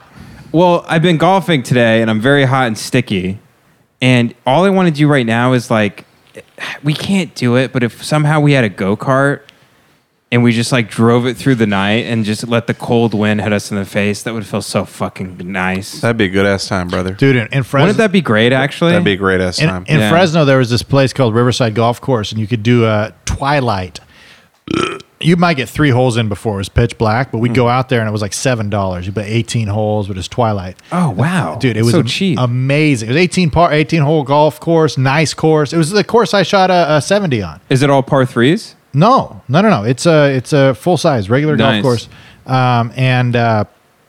C: Well, I've been golfing today and I'm very hot and sticky. And all I want to do right now is like we can't do it, but if somehow we had a go kart and we just like drove it through the night and just let the cold wind hit us in the face, that would feel so fucking nice.
A: That'd be a good ass time, brother.
I: Dude, in, in Fresno,
C: Wouldn't that be great, actually?
A: That'd be a great ass
I: in,
A: time.
I: in Fresno, there was this place called Riverside Golf Course, and you could do a twilight. You might get three holes in before it was pitch black, but we'd
C: Mm.
I: go out there and it was like seven dollars. You put eighteen holes, but it's twilight.
C: Oh wow,
I: dude, it was
C: So
I: am- amazing. It was eighteen par, eighteen hole golf course, nice course. It was the course I shot a, a seventy on.
C: Is it all par threes?
I: No, no, no, no. It's a it's a full size regular
C: Nice.
I: golf course, um, and uh,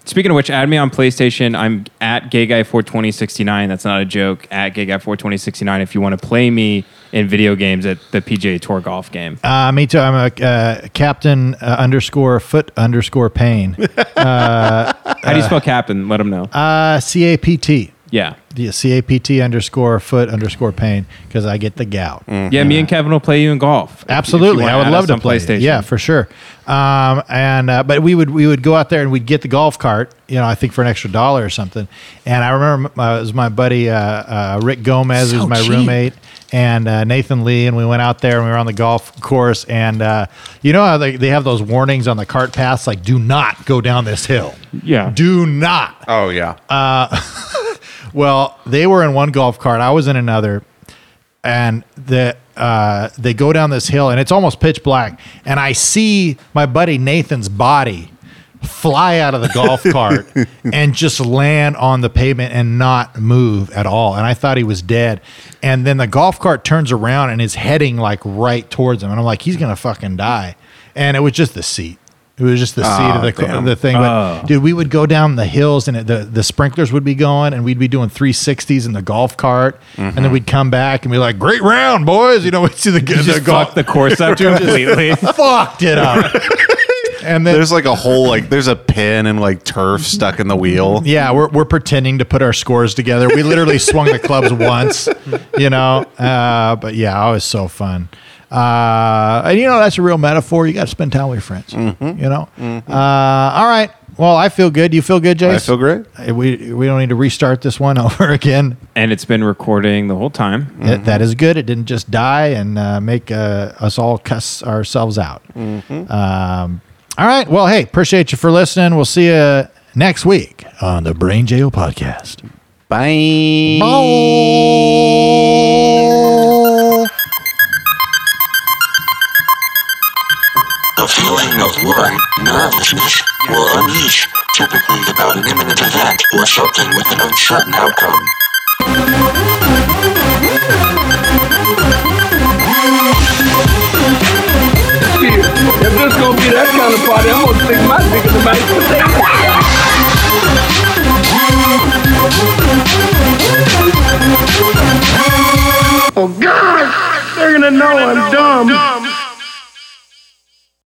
C: Speaking of which, add me on PlayStation. I'm at gayguy42069. That's not a joke. At gayguy42069 if you want to play me in video games at the PGA Tour golf game.
I: Uh, me too. I'm a uh, captain uh, underscore foot underscore pain. Uh,
C: How do you spell captain? Let them know.
I: Uh, C A P T.
C: Yeah.
I: Yeah, C A P T underscore foot underscore pain because I get the gout.
C: Yeah, me and Kevin will play you in golf. If- if you
I: Absolutely,
C: wanna
I: I would
C: add
I: love
C: us
I: to
C: on
I: play. it. Yeah, for sure. Um, and uh, but we would we would go out there and we'd get the golf cart. You know, I think for an extra dollar or something. And I remember uh, it was my buddy uh, uh, Rick Gomez,
B: So
I: who's my
B: cheap.
I: roommate, and uh, Nathan Lee, and we went out there and we were on the golf course. And uh, you know how they, they have those warnings on the cart paths, like do not go down this hill.
C: Yeah.
I: Do not.
A: Oh yeah.
I: Uh, well, they were in one golf cart. I was in another, and the uh, they go down this hill, and it's almost pitch black. And I see my buddy Nathan's body fly out of the golf cart and just land on the pavement and not move at all. And I thought he was dead. And then the golf cart turns around and is heading like right towards him. And I'm like, he's gonna fucking die. And it was just the seat. It was just the seat
B: Ah,
I: of the,
B: damn.
I: the thing. But,
B: Oh.
I: dude, we would go down the hills and it, the, the sprinklers would be going and we'd be doing 360s in the golf cart. And then we'd come back and be like, great round, boys. You know, we'd see the, the
B: Mm-hmm. just
I: golf.
B: fucked the course up
I: Dude, just
B: completely.
I: fucked it up. and then
A: there's like a whole like there's a pin and like turf stuck in the wheel.
I: Yeah, we're, we're pretending to put our scores together. We literally swung the clubs once, you know. Uh, but yeah, it was so fun. Uh, and you know, that's a real metaphor. You got to spend time with your friends,
B: Mm-hmm.
I: you know. Uh, all right. Well, I feel good. You feel good, Jason?
C: I feel great.
I: We, we don't need to restart this one over again.
C: And it's been recording the whole time.
I: That- that is good. It didn't just die and uh, make uh, us all cuss ourselves out.
A: Uh,
I: Um, all right. Well, hey, appreciate you for listening. We'll see you next week on the Brain Jail Podcast.
A: Bye.
D: A feeling of worry, nervousness, or unease, typically about an imminent event or something with an uncertain outcome.
E: If this gonna be that kind of party, I'm gonna stick my dick in the back of the table. Oh God! They're gonna know I'm dumb.